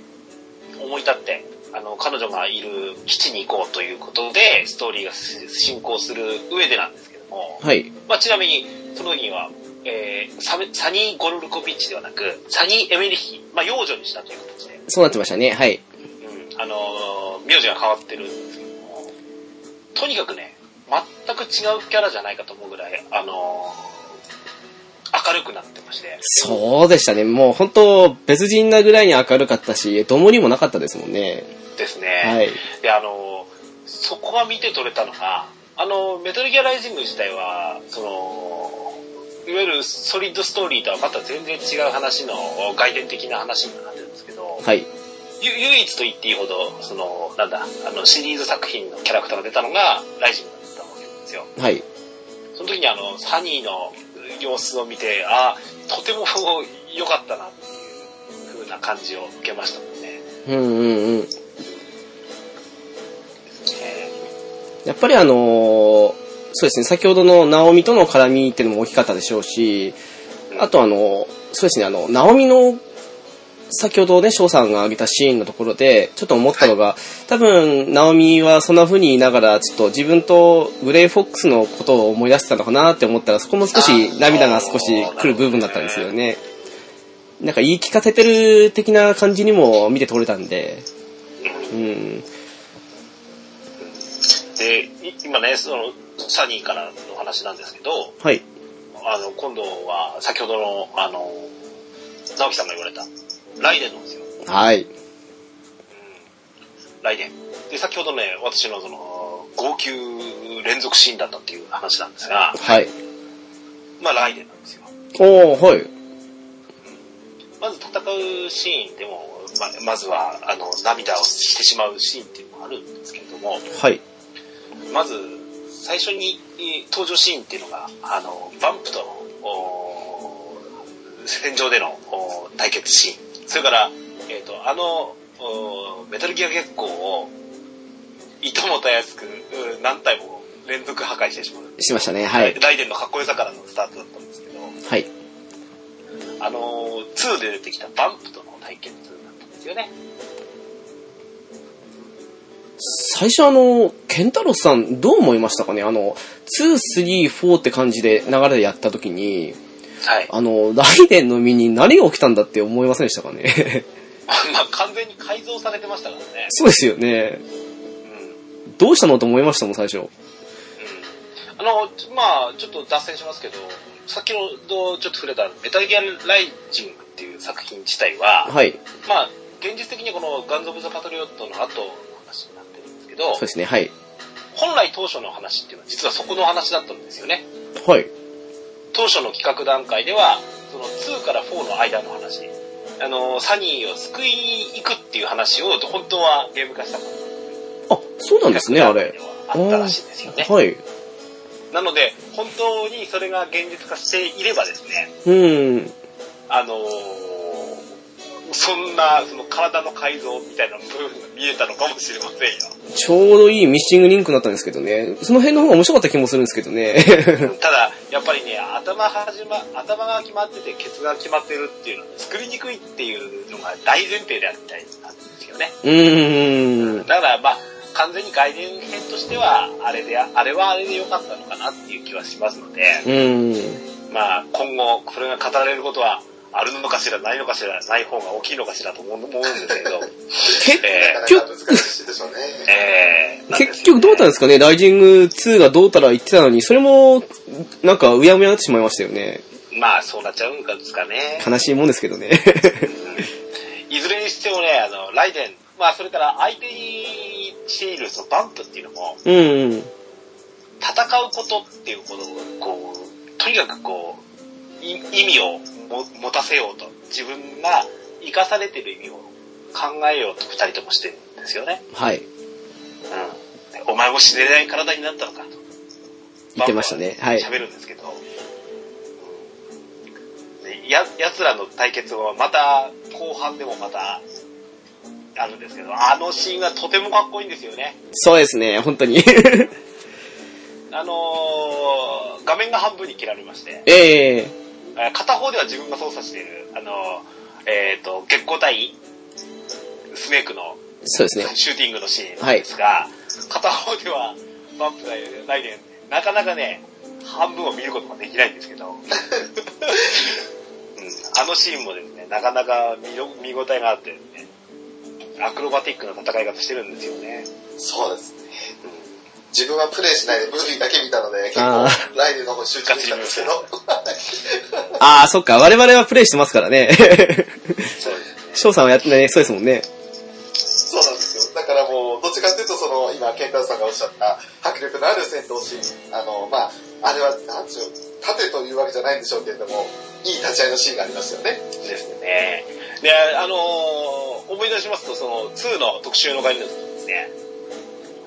ー、思い立って、あの、彼女がいる基地に行こうということで、ストーリーがす進行する上でなんですけども、はい。まあ、ちなみに、その時には、えーサメサニー・ゴルルコビッチではなく、サニー・エメリヒ、まあ、幼女にしたという形で、そうなってましたね、はい。うん、あのー名字が変わってるんですけども、とにかくね、全く違うキャラじゃないかと思うぐらい、あのー明るくなってまして、そうでしたね。もう本当別人なぐらいに明るかったし、どもりもなかったですもんね。ですね。はい。で、あの、そこは見て取れたのが、あの、メタルギアライジング自体は、その、いわゆるソリッドストーリーとはまた全然違う話の外伝的な話になってるんですけど、はい。ゆ唯一と言っていいほど、その、なんだ、あの、シリーズ作品のキャラクターが出たのが、ライジングだったわけなんですよ。はい。その時にあの、サニーの様子を見て、あとても良かったなっていう風な感じを受けましたもんね。うんうんうん。えーやっぱりあのーそうですね、先ほどのナオミとの絡みっていうのも大きかったでしょうし、あとあの、そうですね、あの、ナオミの、先ほどね、翔さんが挙げたシーンのところで、ちょっと思ったのが、多分、ナオミはそんな風に言いながら、ちょっと自分とグレイフォックスのことを思い出してたのかなって思ったら、そこも少し涙が少し来る部分だったんですよね。なんか言い聞かせてる的な感じにも見て取れたんで、うん。で、い今ね、その、サニーからの話なんですけど、はい。あの、今度は、先ほどの、あの、直樹さんが言われた、ライデンなんですよ。はい。ライデン。で、先ほどね、私のその、号泣連続シーンだったっていう話なんですが、はい。まあ、ライデンなんですよ。おー、はい。まず戦うシーンでも、ままずは、あの、涙をしてしまうシーンっていうのがあるんですけれども、はい。まず、最初にえー登場シーンっていうのが、あの、バンプとの、おー戦場でのおー対決シーン。それから、えっ、と、あの、おーメタルギア月光を、いともたやすく、うん何体も連続破壊してしまう。しましたね、はい。ライデンのかっこよさからのスタートだったんですけど、はい。あのー、2で出てきたバンプとの対決だったんですよね。最初あの、ケンタロスさんどう思いましたかねあの、2、3、4って感じで流れでやった時に、 はい。あの、ライデンの身に何が起きたんだって思いませんでしたかね まあ、完全に改造されてましたからね。そうですよね。うんどうしたのと思いましたもん、最初。あの、ちまあちょっと脱線しますけど、先ほどちょっと触れたメタルギアライジングっていう作品自体は、はい。まあ現実的にこのガンズ・オブ・ザ・パトリオットの後の話になってるんですけどそう、ですね、はい。本来当初の話っていうのは実はそこの話だったんですよね。はい。当初の企画段階では、その2から4の間の話、あの、サニーを救いに行くっていう話を本当はゲーム化したかった。あ、そうなんですね、あれ。あったらしいんですよね。はい。なので、本当にそれが現実化していればですね、うん。あのーそんな、その体の改造みたいな部分が見えたのかもしれませんよ。ちょうどいいミッシングリンクになったんですけどね。その辺の方が面白かった気もするんですけどね。 ただ、やっぱりね、頭始ま、頭が決まってて、ケツが決まってるっていうのは、作りにくいっていうのが大前提であったりなんですよね。うーん。だから、まあ、完全に外伝編としては、あれで、あれはあれで良かったのかなっていう気はしますので、うん。まあ、今後、これが語られることは、あるのかしら、ないのかしら、ない方が大きいのかしらと思う思うんですけど、結えなかなか難しいでしょうね。ーえー、なんですよね結局どうだったんですかねライジング2がどうたら言ってたのに、それも、なんか、うやむやになってしまいましたよね。まあ、そうなっちゃうんですかね。悲しいもんですけど ね。いずれにしてもね、あの、ライデン、まあ、それから相手にしている、そのバンプっていうのも、うんうん。戦うことっていうことを、こう、とにかくこう、い意味をも持たせようと、自分が生かされてる意味を考えようと二人ともしてるんですよね。はい。うん。お前も死ねない体になったのかと。言ってましたね。はい。喋るんですけど、でや、奴らの対決はまた、後半でもまた、あるんですけど、あのシーンがとてもかっこいいんですよね。そうですね、本 当に。あのー画面が半分に切られまして、えええー片方では自分が操作している、あのーえっ、と、月光対スネークのそうですね。シューティングのシーンなんですが、片方ではバンプが来年、なかなかね、半分を見ることができないんですけ ど、うんあのシーンもですね、なかなか見ろ見応えがあってですね、アクロバティックな戦い方してるんですよね。そうですね。自分はプレイしないでムービーだけ見たので、結あ構ー、ライデンの方集中したんですけど。ああ、そっか、我々はプレイしてますからね。そうですね。翔さんはやってない、そうですもんね。そうなんですよ。だからもう、どっちかっていうと、その、今、ケンタロウさんがおっしゃった、迫力のある戦闘シーン、あの、まあ、あれは、なんちゅう、盾というわけじゃないんでしょうけれども、いい立ち合いのシーンがありますよね。ですね。で、あのー思い出しますと、その2の特集の回の時にですね、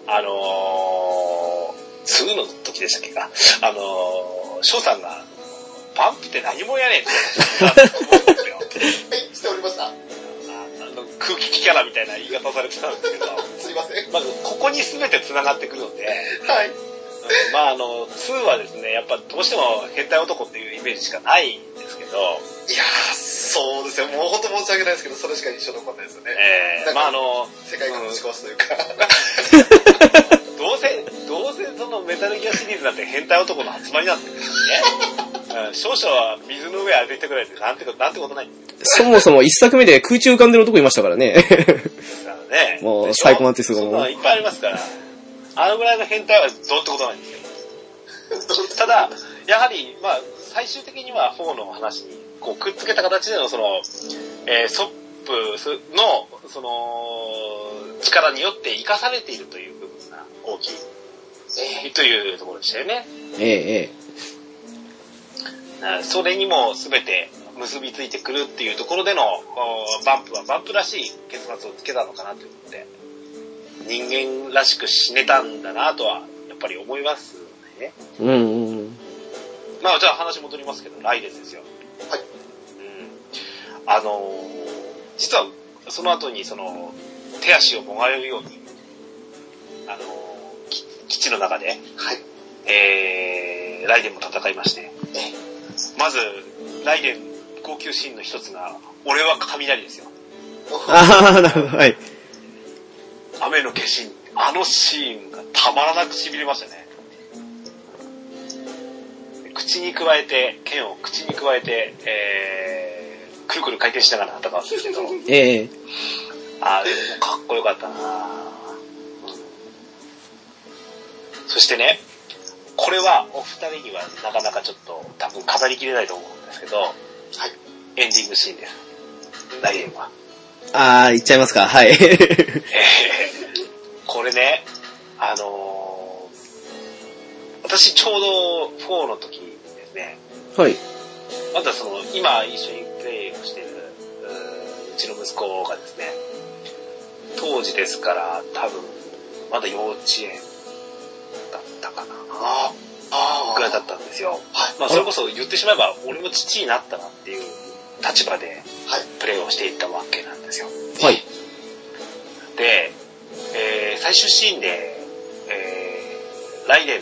あのー、2の時でしたっけか、あのー、翔さんが、パンプって何もやねえって言ったと思うんですよ。 はい、来ておりました。あの空気キャラみたいな言い方されてたんですけど、すいません。まずここに全て繋がってくるので、はい。うんまああの、2はですね、やっぱどうしても変態男っていうイメージしかないんですけど、いやー、そうですよ。もう本当申し訳ないですけど、それしか印象残んないですよね。えー、まああの、世界観の少しというか。どうせ、どうせそのメタルギアシリーズだって変態男の集まりなんですよ ね。うん少々は水の上歩いてくらいでなんてこと、なんてことないんでそもそも一作目で空中浮かんでる男いましたから ね。すからね。もうでしょサイコマンティスがそんなのいっぱいありますから。あのぐらいの変態はどうってことないんです よ。ただ、やはり、まあ、最終的には4の話に、こう、くっつけた形での、その、えーソップの、その、力によって生かされているという部分が大きい、というところでしたよね。ええええうんそれにも全て結びついてくるっていうところでのおバンプはバンプらしい結末をつけたのかなということで人間らしく死ねたんだなとはやっぱり思いますね。うんうんうん。まあじゃあ話戻りますけどライデンですよ。はいうん、あのー実はその後にその手足をもがれるようにあのーき基地の中ではい。えー、ライデンも戦いまして、まず、ライデン号泣シーンの一つが、俺は雷ですよ。ああ、なるほど、はい。雨の化身、あのシーンがたまらなく痺れましたね。口に加えて、剣を口に加えて、えー、くるくる回転しながら戦うんですけど、ええあれもかっこよかったなぁそしてね、これはお二人にはなかなかちょっと多分語りきれないと思うんですけど、エンディングシーンです。ダイエンは。ああ、言っちゃいますか、 はい。えー これね、あのー私ちょうど4の時ですね、はい。まだその、今一緒にプレイをしている、うーうちの息子がですね、当時ですから、多分、まだ幼稚園だったかな、ああ。あぐらいだあ。ったんですよ。はい。まあ、それこそ言ってしまえば、俺も父になったなっていう立場ではい。プレイをしていったわけなんですよ。はい。で、えー最終シーンで、えーライデン、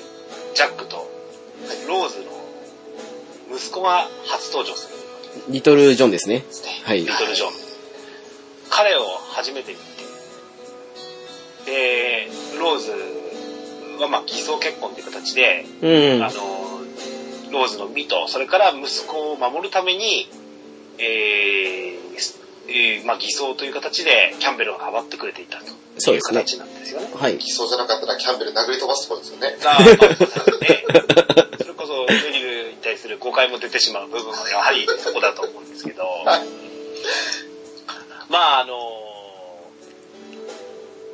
ジャックと、ローズの息子が初登場する。リトル・ジョンですね。はいリ。トル・ジョン。彼を初めて見て、で、ローズはまあ偽装結婚という形で、うんあの、ローズの身と、それから息子を守るために、えーえーまあ、偽装という形でキャンベルがかばってくれていたとそういでうすね。形なんですよね。はい。偽装じゃなかったらキャンベル殴り飛ばすとこですよね。が、 まあそうですねそれこそドリルに対する誤解も出てしまう部分はやはりそこだと思うんですけど、はいまああの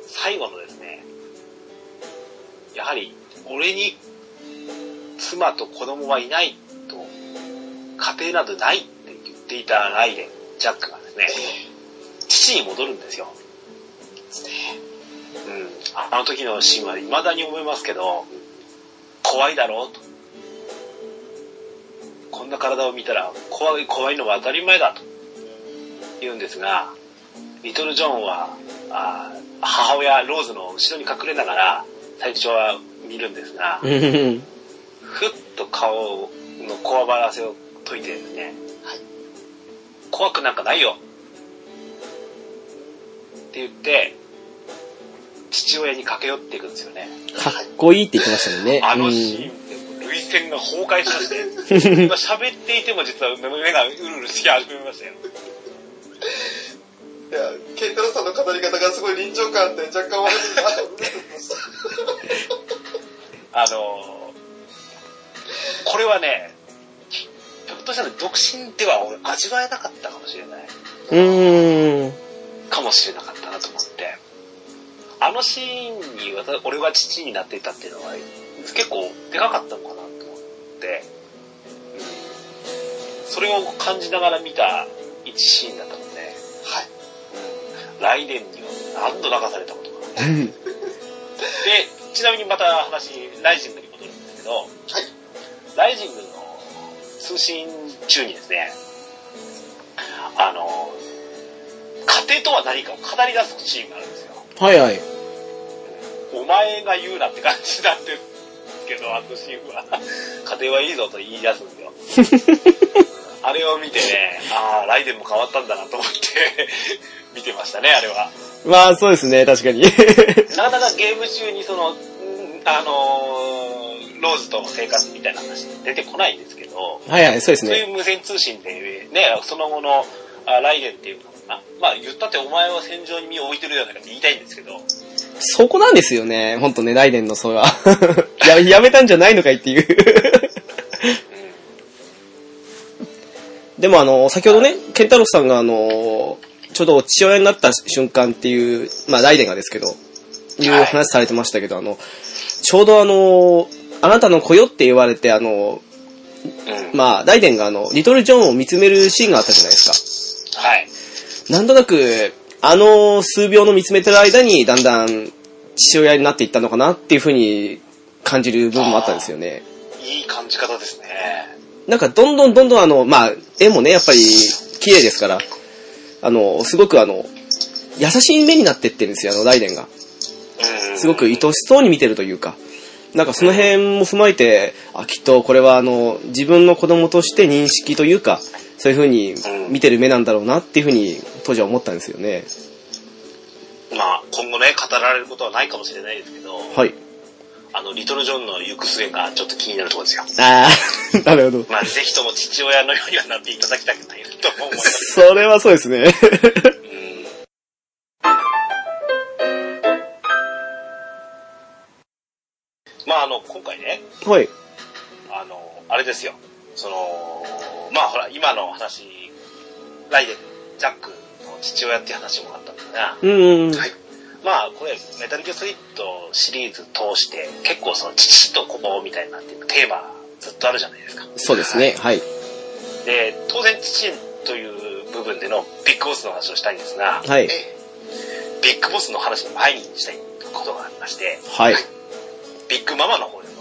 最後のですね、やはり俺に妻と子供はいないと、家庭などないって言っていたライデン、ジャックがですね、父に戻るんですよ。うん、あの時のシーンは未だに思いますけど、怖いだろうと。こんな体を見たら怖い、怖いのは当たり前だと言うんですが、リトル・ジョンは、あー母親、ローズの後ろに隠れながら、最初は見るんですが、うんうんうんふっと顔のこわばらせを解いてですね、怖くなんかないよって言って、父親に駆け寄っていくんですよね。かっこいいって言ってましたもんね。あのうんシーンで、涙腺が崩壊しまして、今喋っていても実は目がうるうるし始めましたよ。いや、ケンタロウさんの語り方がすごい臨場感で若干悪いな。あのーこれはね、ひょっとしたら独身では俺味わえなかったかもしれない。うーん。かもしれなかったなと思って。あのシーンに私俺が父になっていたっていうのは結構でかかったのかなと思って、うんそれを感じながら見た一シーンだったので、はい。ライデンには何度泣かされたことか。で、ちなみにまた話、ライジングに戻るんですけど、ライジングの通信中にですね、あの、家庭とは何かを語り出すシーンがあるんですよ。はいはい。お前が言うなって感じになってるんですけど、あのシーンは。家庭はいいぞと言い出すんですよ。あれを見てね、ああ、ライデンも変わったんだなと思って見てましたね、あれは。まあそうですね、確かに。なかなかゲーム中にその、うんあのーローズとの生活みたいな話出てこないんですけど、はいはい、そうですそういね。う無線通信で、ね、その後のあライデンっていうのかな。まあ言ったってお前は戦場に身を置いてるじゃないかって言いたいんですけど、そこなんですよね、ほんとね、ライデンのそれは。 ややめたんじゃないのかいっていう。でもあの、先ほどね、ケンタロウさんがあの、ちょうど父親になった瞬間っていう、まあライデンがですけど、いう話されてましたけど、あの、ちょうどあの、あなたの子よって言われて、あの、まあ、ライデンがあの、リトル・ジョンを見つめるシーンがあったじゃないですか。はい。なんとなく、あの数秒の見つめてる間に、だんだん父親になっていったのかなっていうふうに感じる部分もあったんですよね。いい感じ方ですね。なんか、どんどんどんどんあの、まあ、絵もね、やっぱり、綺麗ですから、あの、すごくあの、優しい目になってってるんですよ、あの、ライデンが。すごく愛しそうに見てるというか。なんかその辺も踏まえて、あ、きっとこれはあの、自分の子供として認識というか、そういう風に見てる目なんだろうなっていう風に当時は思ったんですよね。まあ今後ね、語られることはないかもしれないですけど、はい。あの、リトル・ジョンの行く末がちょっと気になるところですよ。ああ、 なるほど。まあぜひとも父親のようにはなっていただきたくないと思 います。それはそうですね。うんまああの、今回ね、 はい。あの、あれですよ。その、まあほら、今の話、ライデン、ジャックの父親っていう話もあったんですが、うん。はいまあこれ、メタルギアソリッドシリーズ通して、結構その父と子みたいなっていうテーマずっとあるじゃないですか。そうですね。はい。で、当然父という部分でのビッグボスの話をしたいんですが、はい。ビッグボスの話の前にしたいことがありまして、はい。ビッグママの方です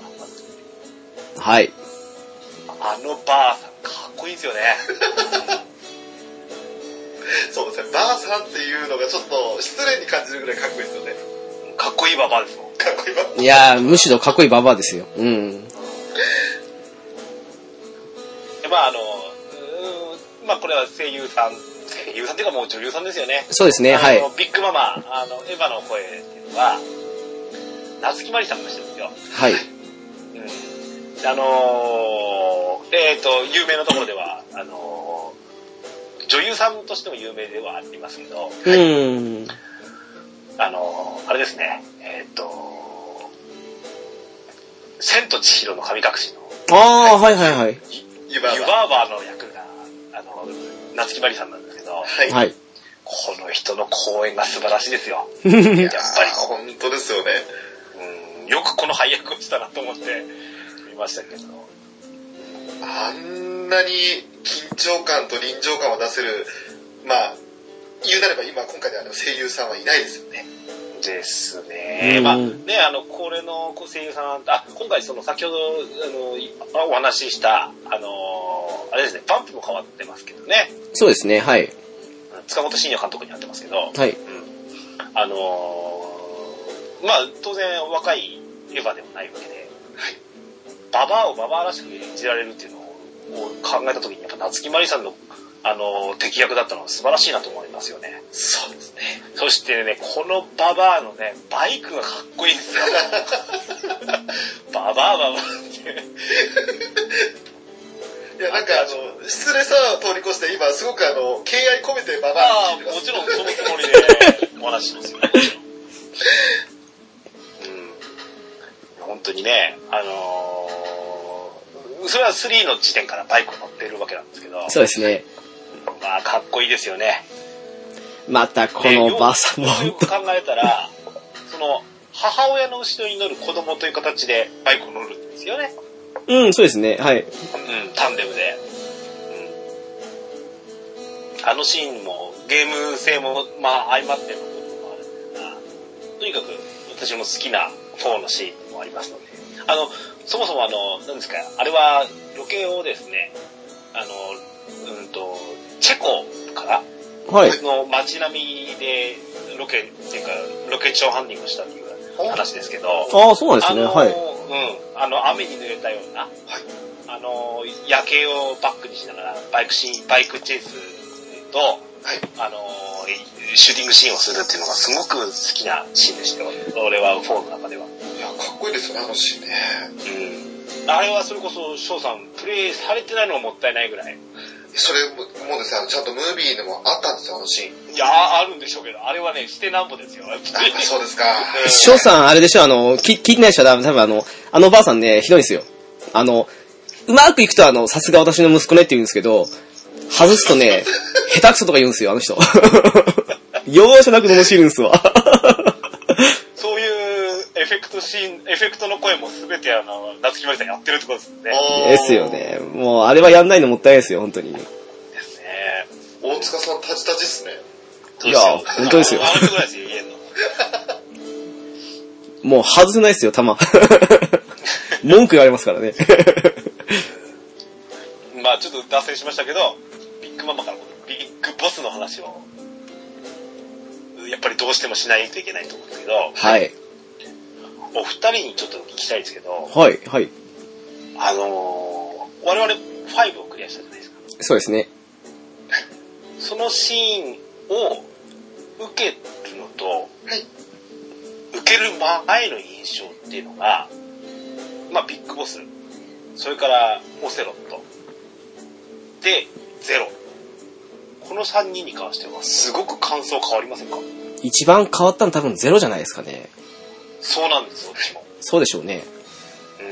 わはい。あのばあさんかっこいいですよね。 そうですね。ばあさんっていうのがちょっと失礼に感じるぐらいかっこいいですよね。かっこいいばばあですもん。かっこいいわ。いやー、むしろかっこいいババアですよ。うん。でまああの、うーんまあこれは声優さん、声優さんっていうかもう女優さんですよね。そうですね。はあいの。ビッグママ、あの、エヴァの声っていうのは、夏木マリさんがしてるんですよ。はい。うん。あのー、えっ、と、有名なところでは、あの女優さんとしても有名ではありますけど、うん。あの、あれですね、えーっと、千と千尋の神隠しあのあ、はいはいはい。湯湯葉は。バーバーの役が、あの、夏木マリさんなんですけど、はい。はい。この人の公演が素晴らしいですよ。ややっっぱぱりり本当ですよね。うんよくこの配役をしたなと思って見ましたけど。あんなに緊張感と臨場感を出せる、まあ、言うなれば今今回であの声優さんはいないですよね。ですね。うんまあね、あの、これの声優さん、あ、今回その先ほど、あの、お話しした、あの、あれですね、パンプも変わってますけどね。そうですね、はい。塚本慎也監督になってますけど、はい。うん。あのーまあ、当然若いエヴァでもないわけで、ババアをババアらしく演じられるっていうのを考えた時に、やっぱ夏木マリさんの、あのー敵役だったのは素晴らしいなと思いますよね。そうですね。そしてね、このババアのね、バイクがかっこいいんです よ。ババアババアって。いや、なんかあの、失礼さを通り越して今すごくあの、敬愛込めてババアあに聞いてあ、まもすちろんそのつもりでお話ししますよ、ね。もちろんうん。本当にね、あのーそれは3の時点からバイクを乗っているわけなんですけど、そうですね。まあ、かっこいいですよね。またこでのおばあさんもようよ本く考えたら、その、母親の後ろに乗る子供という形でバイクを乗るんですよね。当うん、そうですね、はい。うん、タンデムで。うん、あのシーンも、ゲーム性も、まあ、相まってのこともあるんですが、とにかく、私も好きな4のシーンもありますので、あの、そもそもあの、なんですか、あれは、ロケをですね、あの、うんと、チェコから、はい。の街並みで、ロケ、っていうか、ロケ地をハンディングしたっていう話ですけど、ああ、そうなんですね、あのーはい。うん。あの、雨に濡れたような、あのー、夜景をバックにしながら、バイクシーン、バイクチェイスと、あのー、シューティングシーンをするっていうのがすごく好きなシーンでしたよ。俺は、フォーの中では。うん。いや、かっこいいですよね、あのシーンね。あれはそれこそ、翔さん、プレイされてないのがもったいないぐらい。それももうですね、あのちゃんとムービーでもあったんですよ、あのシーン。いやあ、あるんでしょうけど、あれはね、してなん ぼですよ。あやっぱそうですか。翔さん、あれでしょ、あの、き聞いてない人は多分多分あの、あのおばあさんね、ひどいんですよ。あの、うまくいくとあの、さすが私の息子ねって言うんですけど、外すとね、下手くそとか言うんですよ、あの人。 容赦なく罵るんですわ。そういうエフェクトシーン、エフェクトの声も全て、あの、夏木マリさんやってるってことですよね。あーですよ。ね。もう、あれはやんないのもったいないですよ、本当に。ですね。大塚さんタジタジっすね。いや本当ですよあのぐらいですよ、家の。もう外せないですよ、弾。 文句言われますからね。まあちょっと脱線しましたけど、ビッグママからビッグボスの話を、やっぱりどうしてもしないといけないと思うんですけど、はい。お二人にちょっとお聞きしたいんですけど、はい、はい。あのー、我々5をクリアしたじゃないですか。そうですね。そのシーンを受けるのと、はい受ける前の印象っていうのが、まあビッグボス、それからオセロット、で、ゼロ。この3人に関してはすごく感想変わりませんか一番変わったの多分ゼロじゃないですかね。そうなんです、私も。そうでしょうね。う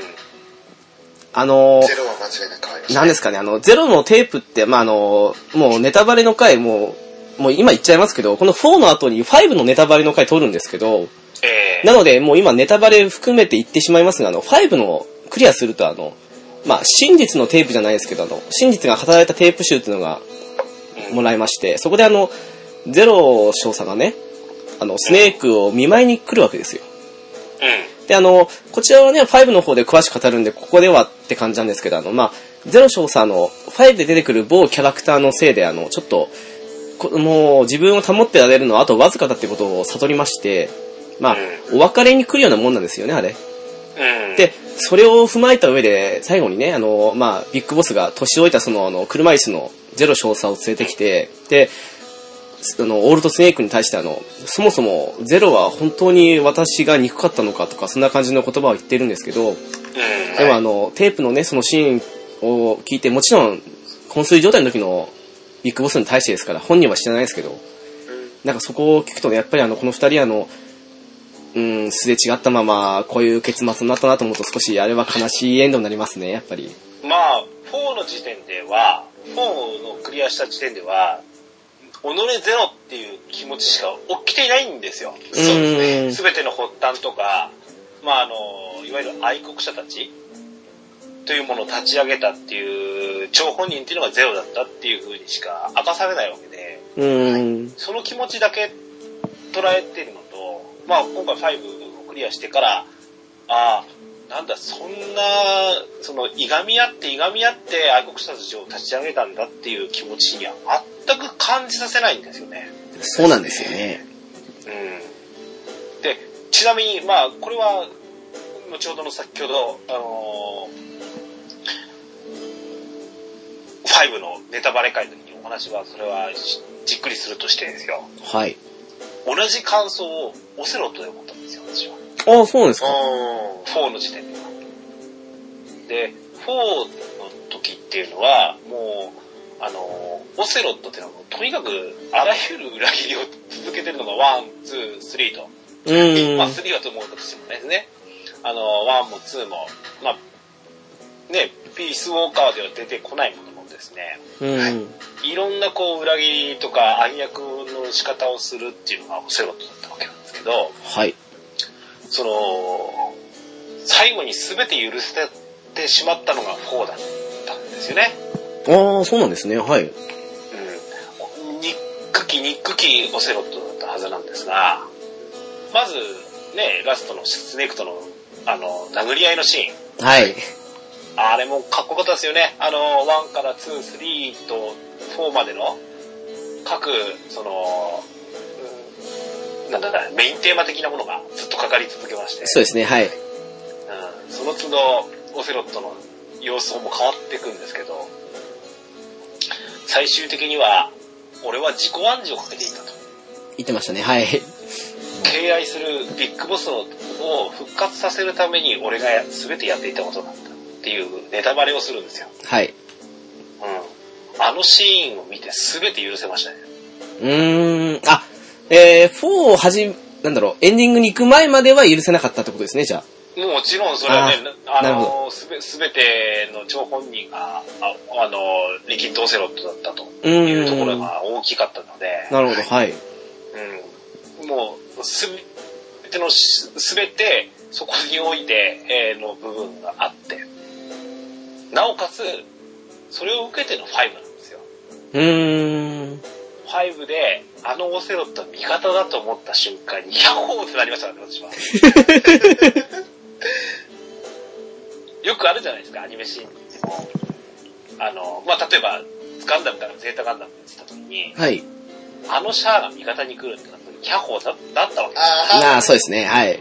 あのーゼロは間違いなく変わりました。なんですかね、あの、ゼロのテープって、まあ、あの、もうネタバレの回、もう、もう今言っちゃいますけど、この4の後に5のネタバレの回取るんですけど、ん。えなので、もう今ネタバレ含めて言ってしまいますが、あの、5のクリアすると、あの、まあ、真実のテープじゃないですけど、あの、真実が語られたテープ集っていうのがー、もらいまして、そこであの、ゼロ少佐がね、あの、スネークを見舞いに来るわけですよ。うで、あの、こちらはね、5の方で詳しく語るんで、ここではって感じなんですけど、あの、まあ、ゼロ少佐の5で出てくる某キャラクターのせいで、あの、ちょっと、こもう自分を保ってられるのはあとわずかだってことを悟りまして、まあ、お別れに来るようなもんなんですよね、あれ。ん。うん。で、それを踏まえた上で、最後にね、あの、まあ、ビッグボスが年老いたその、あの、車椅子のゼロ少佐を連れてきて、で、あの、オールドスネークに対してあの、そもそもゼロは本当に私が憎かったのかとか、そんな感じの言葉を言ってるんですけど、うん。でもあの、テープのね、そのシーンを聞いて、もちろん、昏睡状態の時のビッグボスに対してですから、本人は知らないですけど、なんかそこを聞くとね、やっぱりあの、この二人あの、うん、すれ違ったまま、こういう結末になったなと思うと少し、あれは悲しいエンドになりますね、やっぱり。まあ、4の時点では、4のクリアした時点では、己ゼロっていう気持ちしか起きていないんですよ。そうですすべての発端とか、まああの、いわゆる愛国者たちというものを立ち上げたっていう、張本人っていうのがゼロだったっていうふうにしか明かされないわけで、ね。うん。その気持ちだけ捉えてるのと、まあ今回5をクリアしてから、ああ、なんだ、そんな、その、いがみ合っていがみ合って愛国者たちを立ち上げたんだっていう気持ちには全く感じさせないんですよね。そうなんですよね。うんで、ちなみに、まあ、これは、後ほどの先ほど、あのー、5のネタバレ会の時にお話は、それはしじっくりするとしてですよ。はい。同じ感想をオセロットで思ったんですよ、私は。ああ、そうなんですか。あ4の時点では。で、4の時っていうのは、もう、あの、オセロットっていうのはもう、とにかく、あらゆる裏切りを続けてるのが、ワン、ツー、スリーと。うまあ、ん。 3はと思うかもしれないですね。あの、1も2も、まあ、ね、ピースウォーカーでは出てこないものもですね、うん。いろんなこう、裏切りとか暗躍の仕方をするっていうのがオセロットだったわけなんですけど、はい。その、最後に全て許せてしまったのが4だったんですよね。ああ、そうなんですね。はい。うん。ニックキニックキオセロットだったはずなんですが、まず、ね、ラストのスネークとの、あの、殴り合いのシーン。はい。あれもかっこよかったですよね。あの、1から2、3と4までの各、その、うんなんだろうなメインテーマ的なものがずっとかかり続けまして。そうですね。はい。うんその都度オセロットの様相も変わっていくんですけど最終的には俺は自己暗示をかけていたと言ってましたね。はい。敬愛するビッグボスを復活させるために俺が全てやっていたことだったっていうネタバレをするんですよ、はい。うん、あのシーンを見て全て許せましたねうーん。あ、えー、4を始め、なんだろう、エンディングに行く前までは許せなかったってことですね、じゃあ。もちろんそれはね、ああなるほの、すべ、すべての張本人が、ああの、リキッドオセロットだったとういうところーん。が大きかったので、なるほど、はい。うんもう、すべてのし、すべて、そこにおいて、えーの部分があって、なおかつ、それを受けての5なんですよ。うーん。 5で、あのオセロットは味方だと思った瞬間に、 ヤッホーってなりましたからね、私は。 よくあるじゃないですか、アニメシーンでも。あの、まあ、例えば、ガンダムからゼータガンダムにした時に、はい。あのシャアが味方に来るってなった時、ヤッホーだだったわけですよあまあ、そうですね、はい。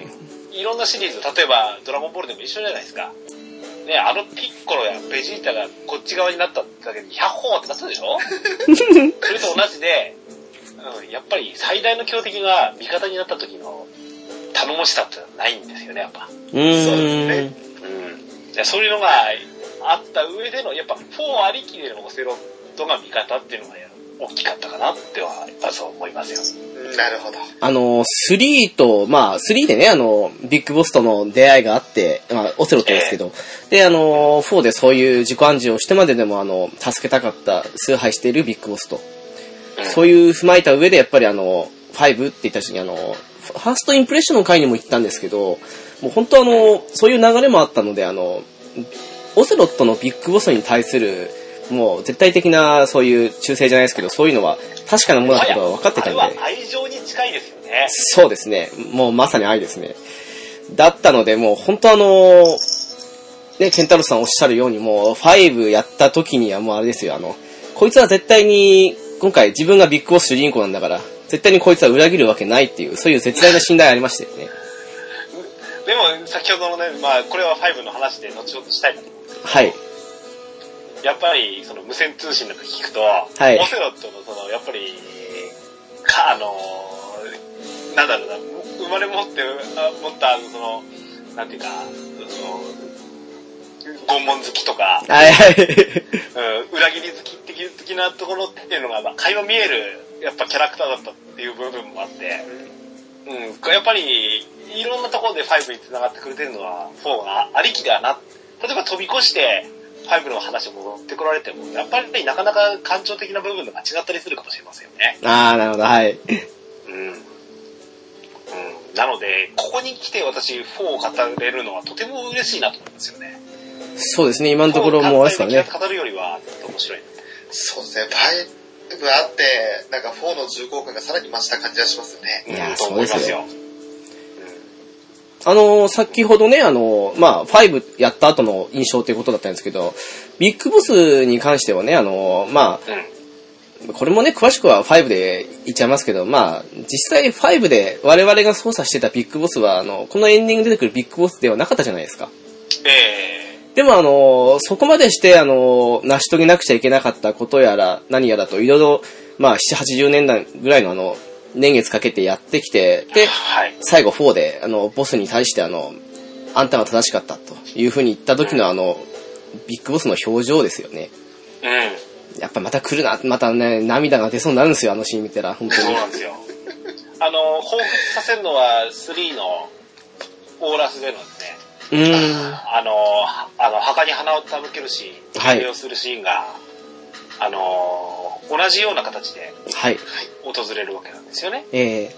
いろんなシリーズ、例えばドラゴンボールでも一緒じゃないですか。ね、あのピッコロやベジータがこっち側になっただけで、ヤッホーってなったでしょ それと同じで、うん、やっぱり最大の強敵が味方になった時の頼もしさってのはないんですよね、やっぱ。うーん。そうですうん。いやそういうのがあった上での、やっぱ4ありきでのオセロットが味方っていうのが大きかったかなっては、まず思いますよ。ーなるほど。あの、3と、まあ、3でね、あの、ビッグボスとの出会いがあって、まあ、オセロットですけど、で、あの、4でそういう自己暗示をしてまででも、あの、助けたかった、崇拝しているビッグボスと、そういう踏まえた上で、やっぱりあの、5って言った時に、あの、ファーストインプレッションの回にも言ったんですけど、もう本当あの、そういう流れもあったので、あの、オセロットのビッグボスに対する、もう絶対的なそういう忠誠じゃないですけど、そういうのは確かなものだったことは分かってたんで。あれは愛情に近いですよね。そうですね。もうまさに愛ですね。だったので、もう本当あの、ね、ケンタロウさんおっしゃるように、もう5やった時にはもうあれですよ、あの、こいつは絶対に、今回自分がビッグボス主人公なんだから、絶対にこいつは裏切るわけないっていう、そういう絶大な信頼ありましたよね。でも、先ほどのね、まあ、これは5の話で後ほどしたいと思うんですはい。けどやっぱり、その無線通信なんか聞くと、いオセロットの、その、やっぱり、か、あのー、なんだろうな、生まれ持って、あ持った、その、なんていうか、その、拷問好きとか、はい はい。うん、裏切り好き的的なところっていうのが、まあ、垣間見える、やっぱキャラクターだったっていう部分もあって、うん、やっぱり、いろんなところで5に繋がってくれてるのは、4がありきだな。例えば飛び越して、5の話を戻ってこられても、やっぱりなかなか感情的な部分が違ったりするかもしれませんよね。ああ、なるほど、はい。うん。うん、なので、ここに来て私、4を語れるのはとても嬉しいなと思いますよね。そうですね、今のところもうあれですからね。語るよりは、面白い。そうですね、5があって、なんか4の重厚感がさらに増した感じがしますよね。いやうん、とそう思でいすよますよ。あの、先ほどね、あの、まあ、5やった後の印象ということだったんですけど、ビッグボスに関してはね、あの、まうん。あ、これもね、詳しくは5で言っちゃいますけど、まあ、実際5で我々が操作してたビッグボスは、あの、このエンディングで出てくるビッグボスではなかったじゃないですか。えでもあの、そこまでしてあの、成し遂げなくちゃいけなかったことやら、何やらと、いろいろ、まあ、7、80年代ぐらいのあの、年月かけてやってきて、えで、はい。最後4で、あの、ボスに対してあの、あんたが正しかったという風に言った時のあの、ビッグボスの表情ですよね。うん。やっぱまた来るな、またね、涙が出そうになるんですよ、あのシーン見たら、本当そうに。なん ですよ。あの、彷彿させるのは3のオーラスでのですね、うーん。あの、はあの墓に鼻を手向けるシーン、はいをするシーンが、あの、同じような形ではい。訪れるわけなんですよね。え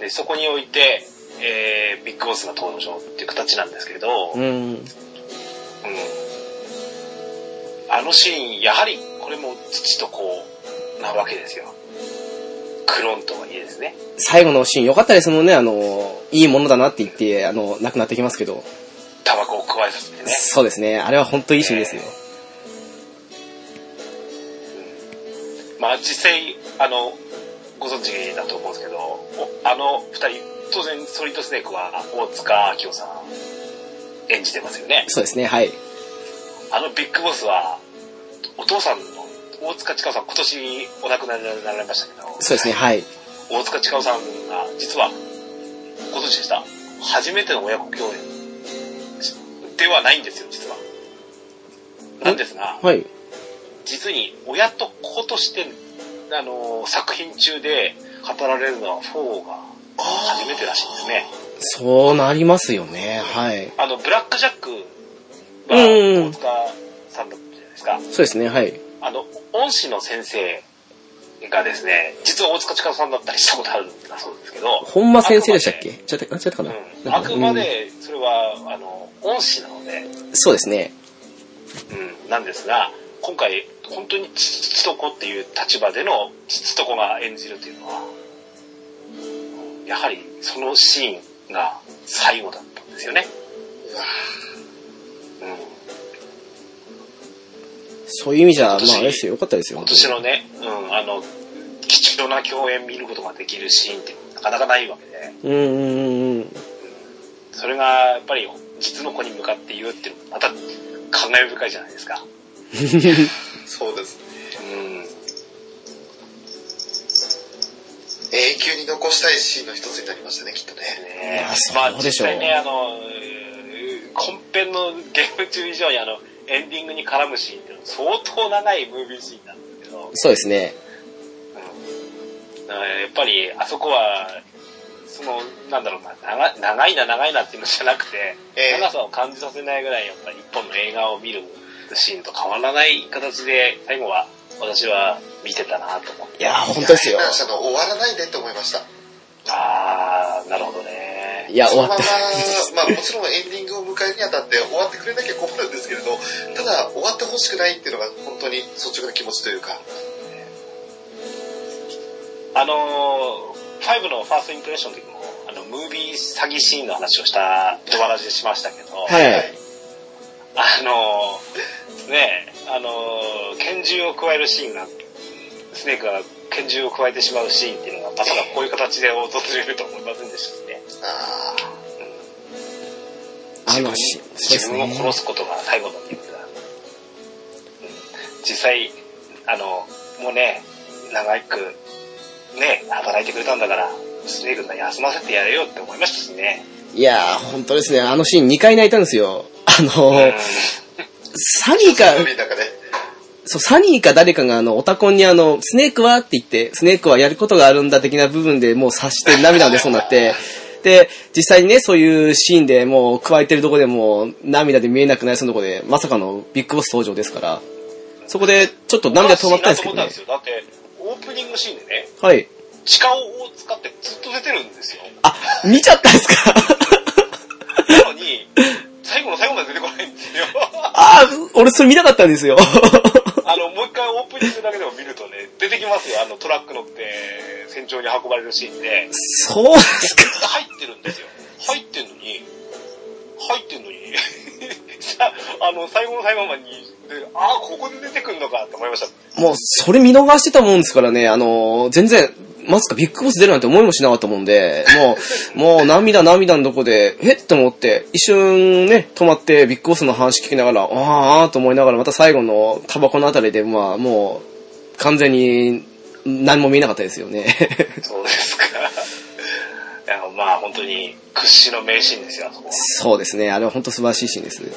でそこにおいて、えービッグボスが登場っていう形なんですけど、ー、うーん。うんあのシーン、やはりこれも父と子なわけですよ。クローンとはいえですね。最後のシーン良かったですもんね、あの、いいものだなって言って、あの、亡くなってきますけど。タバコを加えさせてね。そうですね。あれは本当いいシーンですよ。まあ実際、あの、ご存知だと思うんですけど、おあの二人、当然ソリッドスネークは大塚明夫さん演じてますよね。そうですね、はい。あのビッグボスは、お父さんの大塚千佳夫さん、今年お亡くなりになられましたけど、そうですね、はい。大塚千佳夫さんが、実は、今年でした。初めての親子共演ではないんですよ、実は。なんですが、はい。実に親と子として、あのー作品中で語られるのは4が初めてらしいんですね。そうなりますよね、はい。あの、ブラックジャックはうん大塚さんだったじゃないですか。そうですね、はい。あの、恩師の先生がですね、実は大塚千佳夫さんだったりしたことあるんだそうですけど、本間先生でしたっけちょっと、あ違ったかな、うん、あくまうんでそれは、あの恩師なので、そうですね。うん、なんですが今回本当に父と子っていう立場での父と子が演じるというのはうんやはりそのシーンが最後だったんですよね。うわうん、そういう意味じゃ、まあ、今年あれですよ、よかったですよ。今年のね、うん、あの貴重な共演見ることができるシーンってなかなかないわけでうんうんうんうん。それがやっぱり実の子に向かって言うっていうのもまた感慨深いじゃないですか。そうですね。うん永久に残したいシーンの一つになりましたね、きっとね。いやそうまあで実しょう際ね、あの、本編のゲーム中以上にあの、エンディングに絡むシーンっていうのは相当長いムービーシーンなんですけど、そうですね。うんだからやっぱりあそこは、その、なんだろうな、長長いな長いなっていうのじゃなくて、ええ長さを感じさせないぐらいやっぱり一本の映画を見るシーンと変わらない形で、最後は私は見てたなと思って。いや、本当ですよ避。難者の終わらないでって思いました。あー、なるほどね。いや、そ終のわっままた。、まあもちろんエンディングを迎えるにあたって終わってくれなきゃ困るんですけれど、ただ終わってほしくないっていうのが本当に率直な気持ちというか、あのー、5のファーストインプレッションの時も、あの、ムービー詐欺シーンの話をした、ドバラジでしましたけど、はい。あのー、ねえ、あのー、拳銃を加えるシーンが、スネークが拳銃を加えてしまうシーンっていうのが、まさかこういう形で訪れると思いませんでしたしね。あーあのし、そうで自す分をね殺。すことが最後だっていうことだ、うん実際、あの、もうね、長く、ね、働いてくれたんだから、スネークさん休ませてやれよって思いましたしね。いや、本当ですね。あのシーン2回泣いたんですよ。あの、サニーか、海の中で。そう、サニーか誰かがあの、オタコンにあの、スネークはって言って、スネークはやることがあるんだ的な部分でもう察して涙が出そうになって、で、実際にね、そういうシーンでもう、加えてるとこでもう、涙で見えなくなりそうなとこで、まさかのビッグボス登場ですから、そこで、ちょっと涙止まったんですけどね悲し。いなと思ったんですよ。だって、オープニングシーンでね、はい。地下を使ってずっと出てるんですよ。あ、見ちゃったんですか なのに、最後の最後まで出てこないんですよ。 あー、俺それ見なかったんですよ。 あの、もう一回オープニングだけでも見るとね、出てきますよ。あの、トラック乗って、戦場に運ばれるシーンで。そうなんですか。入ってるんですよ。入ってんのに、入ってんのに、 さあの、最後の最後までに、でああ、ここで出てくんのかって思いました。もう、それ見逃してたもんですからね、あのー全然、まさかビッグボス出るなんて思いもしなかったもんで、もう、もう涙涙のとこで、えっと思って、一瞬ね、止まってビッグボスの話聞きながら、あーあーと思いながら、また最後のタバコのあたりで、まあもう、完全に何も見えなかったですよね。 そうです か。いやまあ本当に屈指の名シーンですよ、あそこは。そうですね、あれは本当素晴らしいシーンです。うん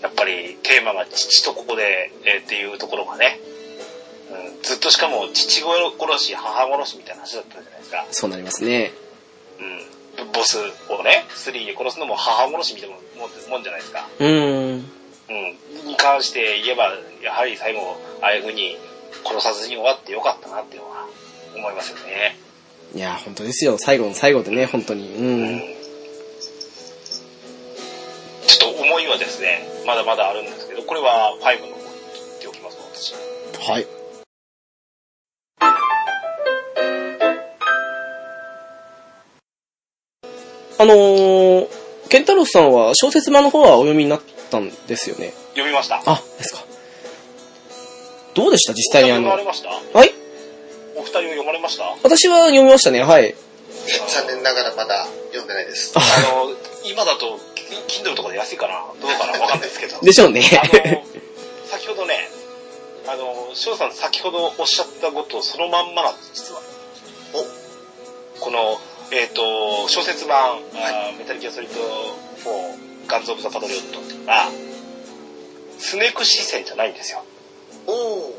やっぱりテーマが父とここで、えーっていうところがね、うん、ずっとしかも父殺し、母殺しみたいな話だったじゃないですか。そうなりますね。うん、ボスをね、3で殺すのも母殺しみたいなもんもんじゃないですか。うーん。うん、に関して言えば、やはり最後、ああいう風に殺さずに終わってよかったなっていうのは思いますよね。いや、本当ですよ。最後の最後でね、本当に。うん。ちょっと思いはですね、まだまだあるんですけど、これは5の方に切っておきます、私。はい。あのー、ケンタロスさんは小説版の方はお読みになったんですよね。読みました。あ、ですか。どうでした実際にあお二人読のまれ。ましたはいお二人読まれましたあ私は読みましたね。はい。残念ながらまだ読んでないです。あの、今だと、Kindle とかで安いかなどうかなわかんないですけど。でしょうね。 あの、先ほどね、あの、翔さん先ほどおっしゃったことそのまんまなんです、実は。この、えっ、と、小説版、あーメタルギアソリッド4、ガンズ・オブ・ザ・パトリオットっていうのは、スネーク視線じゃないんですよ。おお。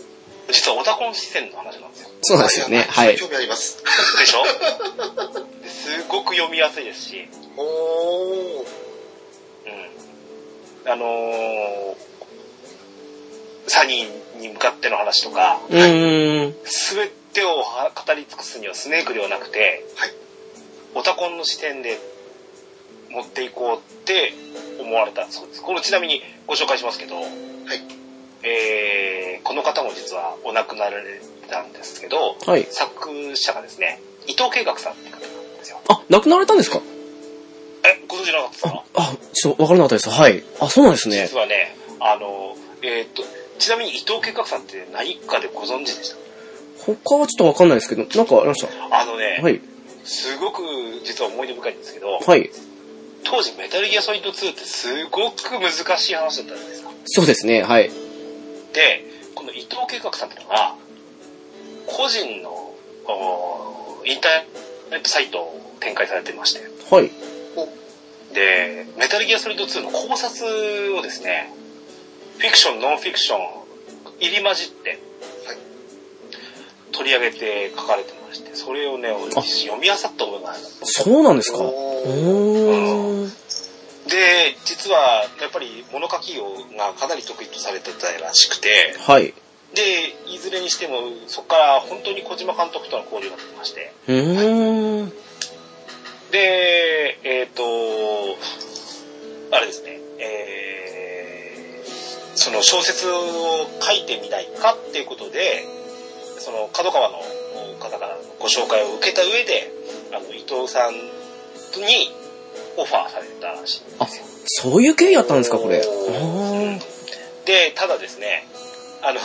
実はオタコン視線の話なんですよ。そうなんですよね。はい。興味あります。でしょですごく読みやすいですし、おお。うん。あのーサニーに向かっての話とか、うーん。全てをは語り尽くすにはスネークではなくて、はいオタコンの視点で持っていこうって思われたそうです。これちなみにご紹介しますけど、えーこの方も実はお亡くなりなんですけど、はい。作者がですね、伊藤計画さんって方なんですよ。あ、亡くなられたんですかえ、ご存知なかったですかあ、ちょっとわからなかったです。はい。あ、そうなんですね実。はね、あの、えーっと、ちなみに伊藤計画さんって何かでご存知でした他はちょっとわかんないですけど、なんかありましあのね、た。はい。すごく実は思い出深いんですけど、はい。当時メタルギアソリッド2ってすごく難しい話だったじゃないですか。そうですね。はい。で、この伊藤計画さんってのが、個人のおーインターネットサイトを展開されてまして、はい。で、メタルギアソリッド2の考察をですね、フィクション、ノンフィクション入り混じって、はい取り上げて書かれてまして、それをね、俺あ読み漁った覚えがあるんですそうなんですか。おおー。お。で、実はやっぱり物書きをがかなり得意とされてたらしくて、はい。で、いずれにしてもそこから本当に小島監督との交流がありまして、うーん。で、えっ、と、あれですね、えーその小説を書いてみないかっていうことで、その角川の方からのご紹介を受けた上で、あの、伊藤さんにオファーされたらしいんですよ。そういう経緯やったんですか、これ。おーあで、ただですね、あの、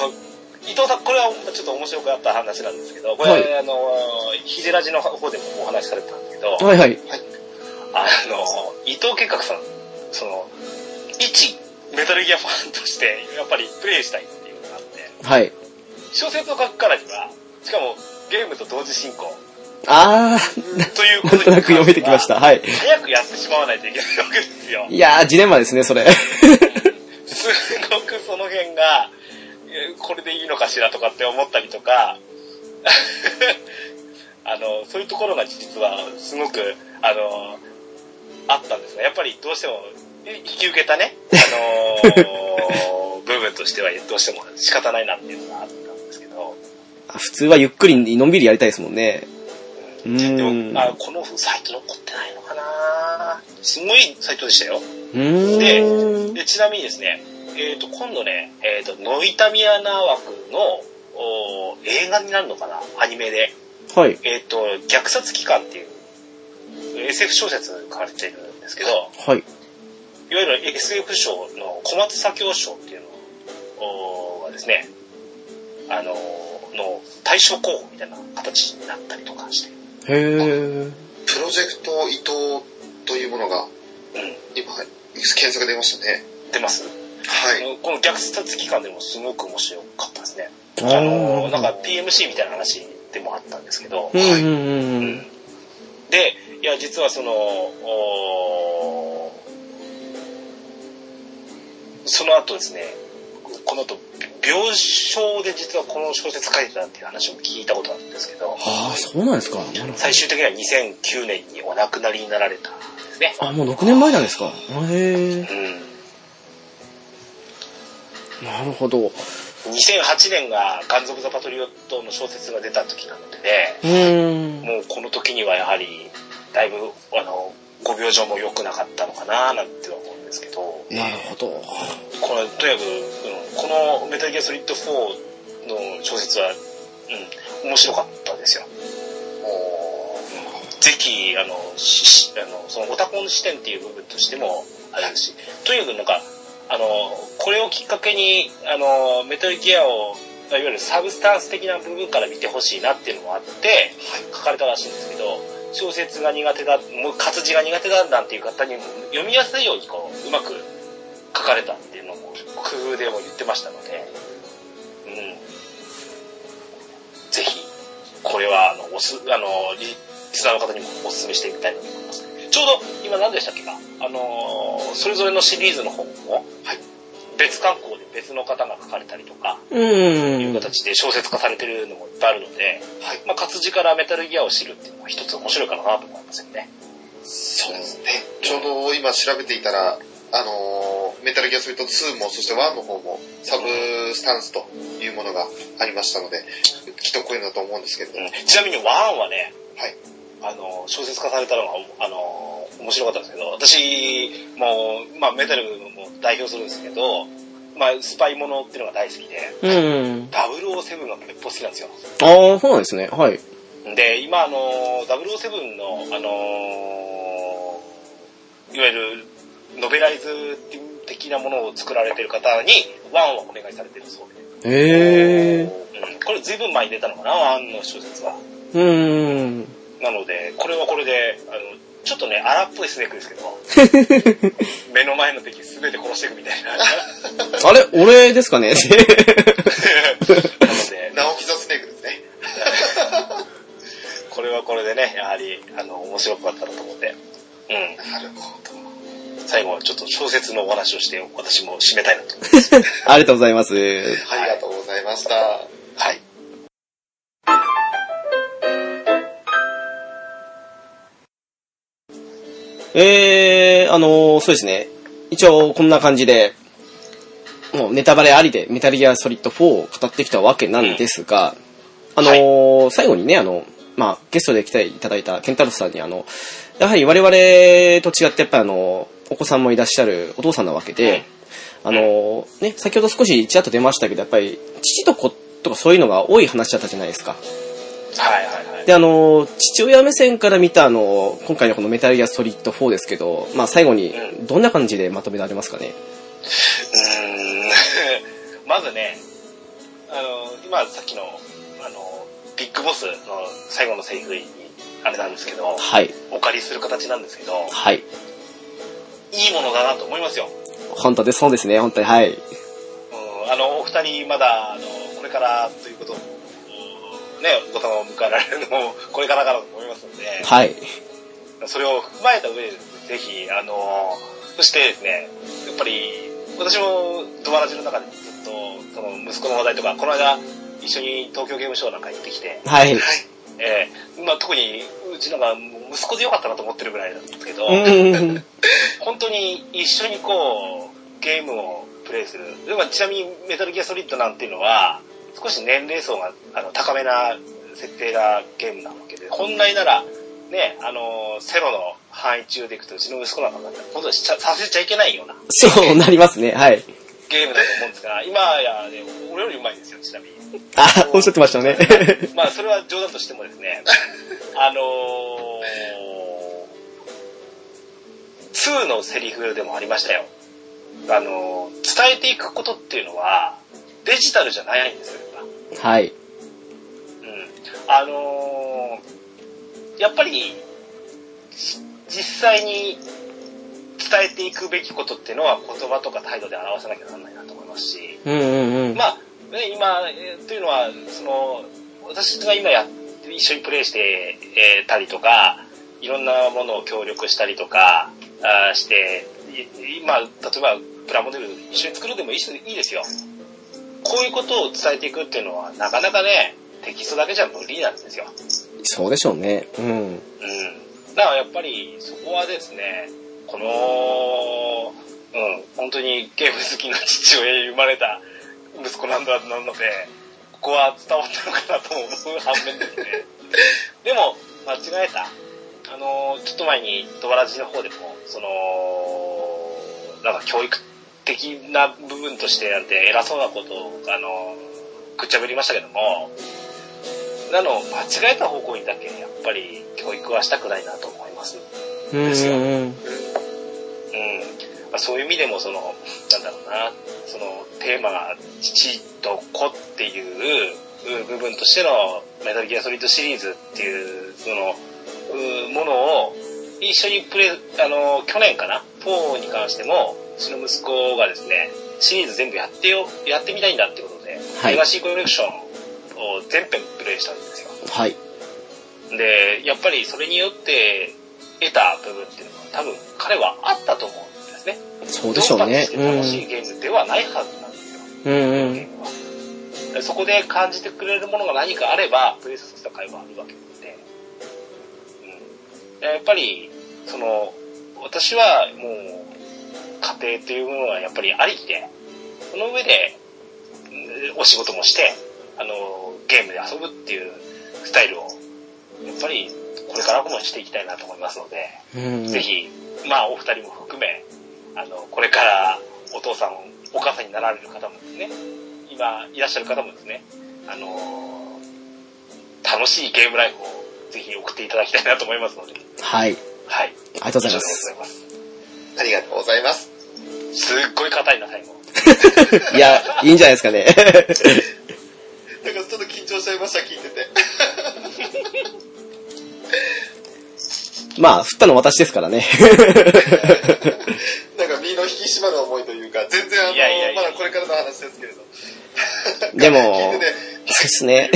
伊藤さん、これはちょっと面白かった話なんですけど、これ、はいあの、ヒデラジの方でもお話しされてたんですけどー。、はいはい。あの、伊藤計画さん、その、一メタルギアファンとして、やっぱりプレイしたいっていうのがあって、はい。小説を書くからには、しかもゲームと同時進行、あというー、こなんとでとなく読めてきました。はい。早くやってしまわないといけないわけですよ。いやー、ジレンマですね、それ。 すごくその辺が、えこれでいいのかしらとかって思ったりとか、 あの、そういうところが実はすごく、あの、あったんですが、やっぱりどうしても、え引き受けたね、あ の部分としてはどうしても仕方ないなっていうのがあったんですけど、普通はゆっくり、のんびりやりたいですもんね。うでーん。も、あこのサイト残ってないのかなすごいサイトでしたよ。うーん。で、ちなみにですね、えっ、と、今度ね、えっ、と、ノイタミアナ枠の、おー映画になるのかなアニメで。はい。えっ、と、虐殺機関っていう、SF 小説書かれてるんですけど、はい。いわゆる SF 賞の小松左京賞っていうのおーがですね、あのー、の対象候補みたいな形になったりとかして、へー。プロジェクト伊藤というものがう今、検索出ましたね。ん、出ます。はい。この虐殺機関でもすごく面白かったですね。ああのーー、なんか PMC みたいな話でもあったんですけどう、んうんうんうん。で、いや、実はその、おーその後ですね、この後、病床で実はこの小説書いてたっていう話も聞いたことあるんですけど、ああ、そうなんですか。なるほど最終的には2009年にお亡くなりになられたんですね。あ、もう6年前なんですか。へえ。うん。なるほど。う2008年がガンズ・オブ・ザ・パトリオットの小説が出た時なのでね、ーん。もうこの時にはやはり、だいぶ、あの、ご病状も良くなかったのかななんては思うんですけど、なるほど。これ、とにかく、うんこのメタルギアソリッド4の小説は、うん、面白かったですよ。ぜひ、あの、ししあのそのオタコン視点っていう部分としても、あれですし、とにかくなんか、あの、これをきっかけに、あの、メタルギアを、いわゆるサブスタンス的な部分から見てほしいなっていうのもあって、書かれたらしいんですけど、小説が苦手だ、もう活字が苦手だなんていう方にも読みやすいようにこう、うまく書かれたっていうのも工夫でも言ってましたので、うん。ぜひ、これは、あの、おす、あの、リスナーの方にもお勧めしてみたいと思います。ちょうど、今何でしたっけかあのー、それぞれのシリーズの本を、別観光で別の方が書かれたりとか、うーん。いう形で小説化されてるのもいっぱいあるので、まあ、活字からメタルギアを知るっていうのは一つ面白いかなと思いますよね。そうですね。ちょうど今調べていたら、あのーメタルギアソリッド2も、そして1の方も、サブスタンスというものがありましたので、きっとこういうのだと思うんですけど、うんちなみにワンはね、はいあの小説化されたのがあの面白かったんですけど私もう、まあ、メタルも代表するんですけど、まあ、スパイものっていうのが大好きでうん。 007が結構好きなんですよああ、そうなんですね。はい。で今あの007のあのいわゆるノベライズ的なものを作られてる方にワンをお願いされてるそうで、へえ。うんこれ随分前に出たのかなワンの小説はうーん。なので、これはこれで、あの、ちょっとね、荒っぽいスネークですけど、目の前の敵すべて殺していくみたいな。な あれ、俺ですかね ので、直木ザスネークですね。これはこれでね、やはり、あの、面白かったなと思って、うなるほど。ん、最後はちょっと小説のお話をして、私も締めたいなと。ありがとうございます。ありがとうございました。はい。えー、あのー、そうですね。一応、こんな感じで、もうネタバレありで、メタルギアソリッド4を語ってきたわけなんですが、あのー最後にね、あの、まあ、ゲストで来ていただいたケンタロスさんに、あの、やはり我々と違って、やっぱりあの、お子さんもいらっしゃるお父さんなわけで、あのーね、先ほど少しちらっと出ましたけど、やっぱり、父と子とかそういうのが多い話だったじゃないですか。はいはいはい。で、あの、父親目線から見た、あの、今回のこのメタルギアソリッド4ですけど、まあ最後に、どんな感じでまとめられますかね。うーん まずね、あの、今さっきの、あの、ビッグボスの最後のセリフに、あれなんですけど、はい。お借りする形なんですけど、はい。いいものだなと思いますよ。本当で、そうですね、本当に、はい。うんあの、お二人まだ、あの、これからということを、うんね、お子様を迎えられるのも、 これからかなと思いますので、はい。それを踏まえた上で、ぜひ、あのそしてですね、やっぱり、私もドバラジの中でずっと、その息子の話題とか、この間、一緒に東京ゲームショウなんか行ってきて、はい。ええまあ特に、うちなんか、息子でよかったなと思ってるぐらいなんですけど、うん。 本当に一緒にこう、ゲームをプレイする。でまあちなみにメタルギアソリッドなんていうのは、少し年齢層があの高めな設定がゲームなわけで、本来なら、ね、あの、セロの範囲中でいくと、うちの息子なんかが、本当にしちゃさせちゃいけないようなそうなりますね。はい。ゲームだと思うんですが、今や、ね、俺より上手いですよ、ちなみに。あ、おっしゃってましたね。 まあ、それは冗談としてもですね、あのー、2のセリフでもありましたよ。あのー伝えていくことっていうのは、デジタルじゃないんですよ、やっ はい。ぱうん。あのーやっぱり、じ実際に伝えていくべきことっていうのは言葉とか態度で表さなきゃならないなと思いますし、うんうんうん。まあ、ね、今、えーというのは、その、私が今やって、一緒にプレイして、えーたりとか、いろんなものを協力したりとか、あーして、い今、例えば、プラモデル一緒に作るでもいいしいいですよ。こういうことを伝えていくっていうのは、なかなかね、テキストだけじゃ無理なんですよ。そうでしょうね。うん。うん。だからやっぱりそこはですね、この、うん、本当にゲーム好きな父親に生まれた息子なんだなので、ここは伝わったのかなとも思う反面ですね。でも、間違えた。あの、ちょっと前に、ドバラジの方でも、その、なんか教育的な部分としてなんて偉そうなことを、あの、くっちゃべりましたけども、なの、間違えた方向にだけ、やっぱり教育はしたくないなと思います。うんうんうん。うんまあ、そういう意味でもその、なんだろうな、そのテーマが父と子っていううん部分としてのメタルギアソリッドシリーズっていう、その、うんものを一緒にプレイ、あの、去年かな、4に関しても、うちの息子がですね、シリーズ全部やってよ、やってみたいんだってことで、はいレガシーコレクションを全編プレイしたんですよ。はい。で、やっぱりそれによって得た部分っていうのは多分彼はあったと思うんですね。そうでしょうね。どうう楽しいんゲームではないはずなんですよ、うんうゲん。ームはでそこで感じてくれるものが何かあれば、プレイさせた会はあるわけで、うんで、やっぱり、その、私はもう、家庭というものはやっぱりありきで、その上で、うんお仕事もして、あの、ゲームで遊ぶっていうスタイルを、やっぱり、これからもしていきたいなと思いますので、うんうんぜひ、まあ、お二人も含め、あの、これからお父さん、お母さんになられる方もですね、今いらっしゃる方もですね、あのー楽しいゲームライフをぜひ送っていただきたいなと思いますので、はい。はい。ありがとうご以ざい上でますござい。ます。ありがとうございます。すっごい硬いな、最後。いや、いいんじゃないですかね。 なんかちょっと緊張しちゃいました、聞いて て。まあ、振ったの私です からね。なんか身の引き締まる思いというか、全然あの、いやいやいやまだこれからの話ですけれど。 でも、聞いてて、そうですね。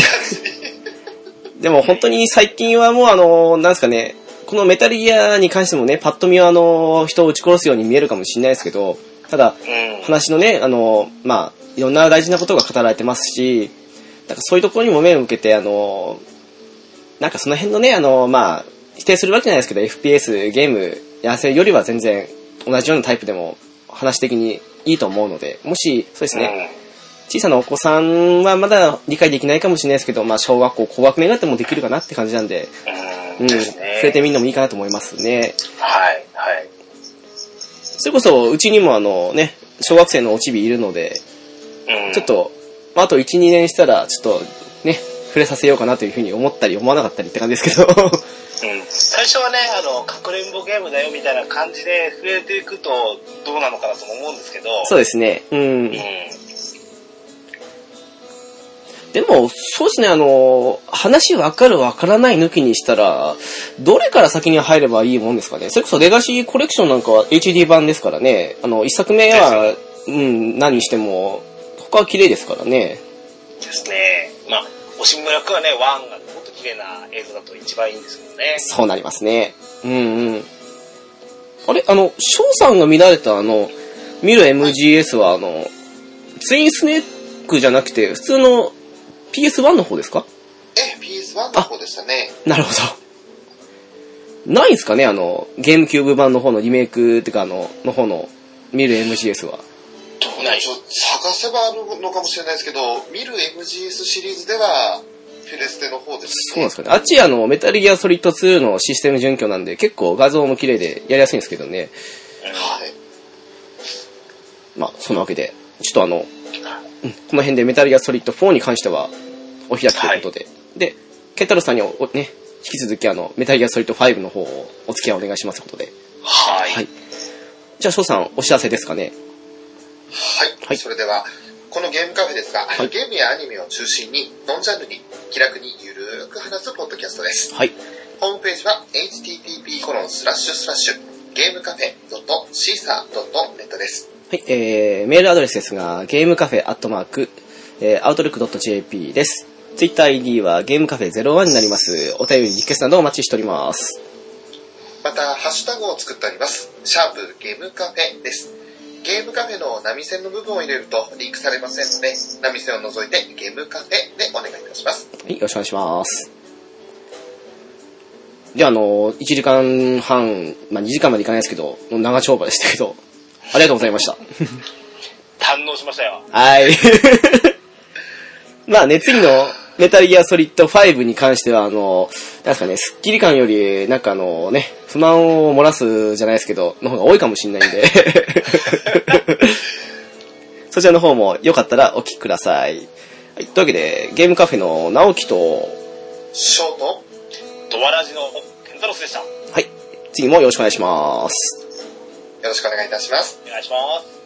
でも本当に最近はもうあの、なんですかね、このメタルギアに関してもね、パッと見はあの、人を撃ち殺すように見えるかもしれないですけど、ただ、うん。話のね、あの、まあ、いろんな大事なことが語られてますし、だからそういうところにも目を向けて、あの、なんかその辺のね、あの、まあ、否定するわけじゃないですけど、FPS、ゲーム、やらせよりは全然同じようなタイプでも話的にいいと思うので、もし、そうですね、小さなお子さんはまだ理解できないかもしれないですけど、まあ、小学校、高学年になってもできるかなって感じなんで、ううん。うん。ん、で触すね。れてみるのもいいかなと思いますね。はい、はい。それこそ、うちにもあのね、小学生のおちびいるので、うん。ちょっと、まあ、あと1、2年したら、ちょっとね、触れさせようかなというふうに思ったり思わなかったりって感じですけ ど、うん最初はね、あの、かくれんぼゲームだよみたいな感じで触れていくとどうなのかなとも思うんですけど、そうですね。うんう。ん。でも、そうですね、あの、話わかるわからない抜きにしたら、どれから先に入ればいいもんですかね。それこそレガシーコレクションなんかは HD 版ですからね、あの、一作目は、うん、何にしても、他は綺麗ですからね。ですね。まあ、おしむらくはね、ワンがもっと綺麗な映像だと一番いいんですけどね。そうなりますね。うんうん。あれあの、翔さんが見られたあの、見る MGS はあの、ツインスネークじゃなくて、普通の PS1 の方ですかえ、PS1 の方でしたね。なるほど。ないんすかねあの、ゲームキューブ版の方のリメイクっていうかあの、の方の、見る MGS は。ないちょっと探せばあるのかもしれないですけど、見る MGS シリーズでは、フィレステの方ですそうなんですかね。あっちあの、メタルギアソリッド2のシステム準拠なんで、結構画像も綺麗でやりやすいんですけどね。はい。まあ、そんなわけで、ちょっとあの、うんこの辺でメタルギアソリッド4に関してはお開きということで。で、ケンタロウさんにおおね、引き続きあの、メタルギアソリッド5の方をお付き合いお願いしますということで。はい。はい。じゃあ、翔さん、お知らせですかね。はい、はいそれではこのゲームカフェですが、はいゲームやアニメを中心にノンジャンルに気楽にゆるーく話すポッドキャストですはい。ホームページは http コロンスラッシュスラッシュゲームカフェ c s a r n e t ですはい、えー、メールアドレスですが、ゲームカフェアットマーク、えー、outlook.jp です。ツイッター ID はゲームカフェ01になります。お便り、リクエストなどお待ちしております。またハッシュタグを作っておりますシャープゲームカフェですゲームカフェの波線の部分を入れるとリンクされませんので波線を除いてゲームカフェでお願いいたしますはい、よろしくお願いします。じゃあ、あの、1時間半、まあ、2時間までいかないですけど、もう長丁場でしたけど、ありがとうございました。堪能しましたよ。はい。 まあね、次のメタルギアソリッド5に関しては、あの、なんですかね、スッキリ感より、なんかあのね、不満を漏らすじゃないですけど、の方が多いかもしれないんで。 そちらの方もよかったらお聞きください。はい、というわけで、ゲームカフェの直樹と、ショートドアラジのケンタロスでした。はい、次もよろしくお願いします。よろしくお願いいたしますお願いします。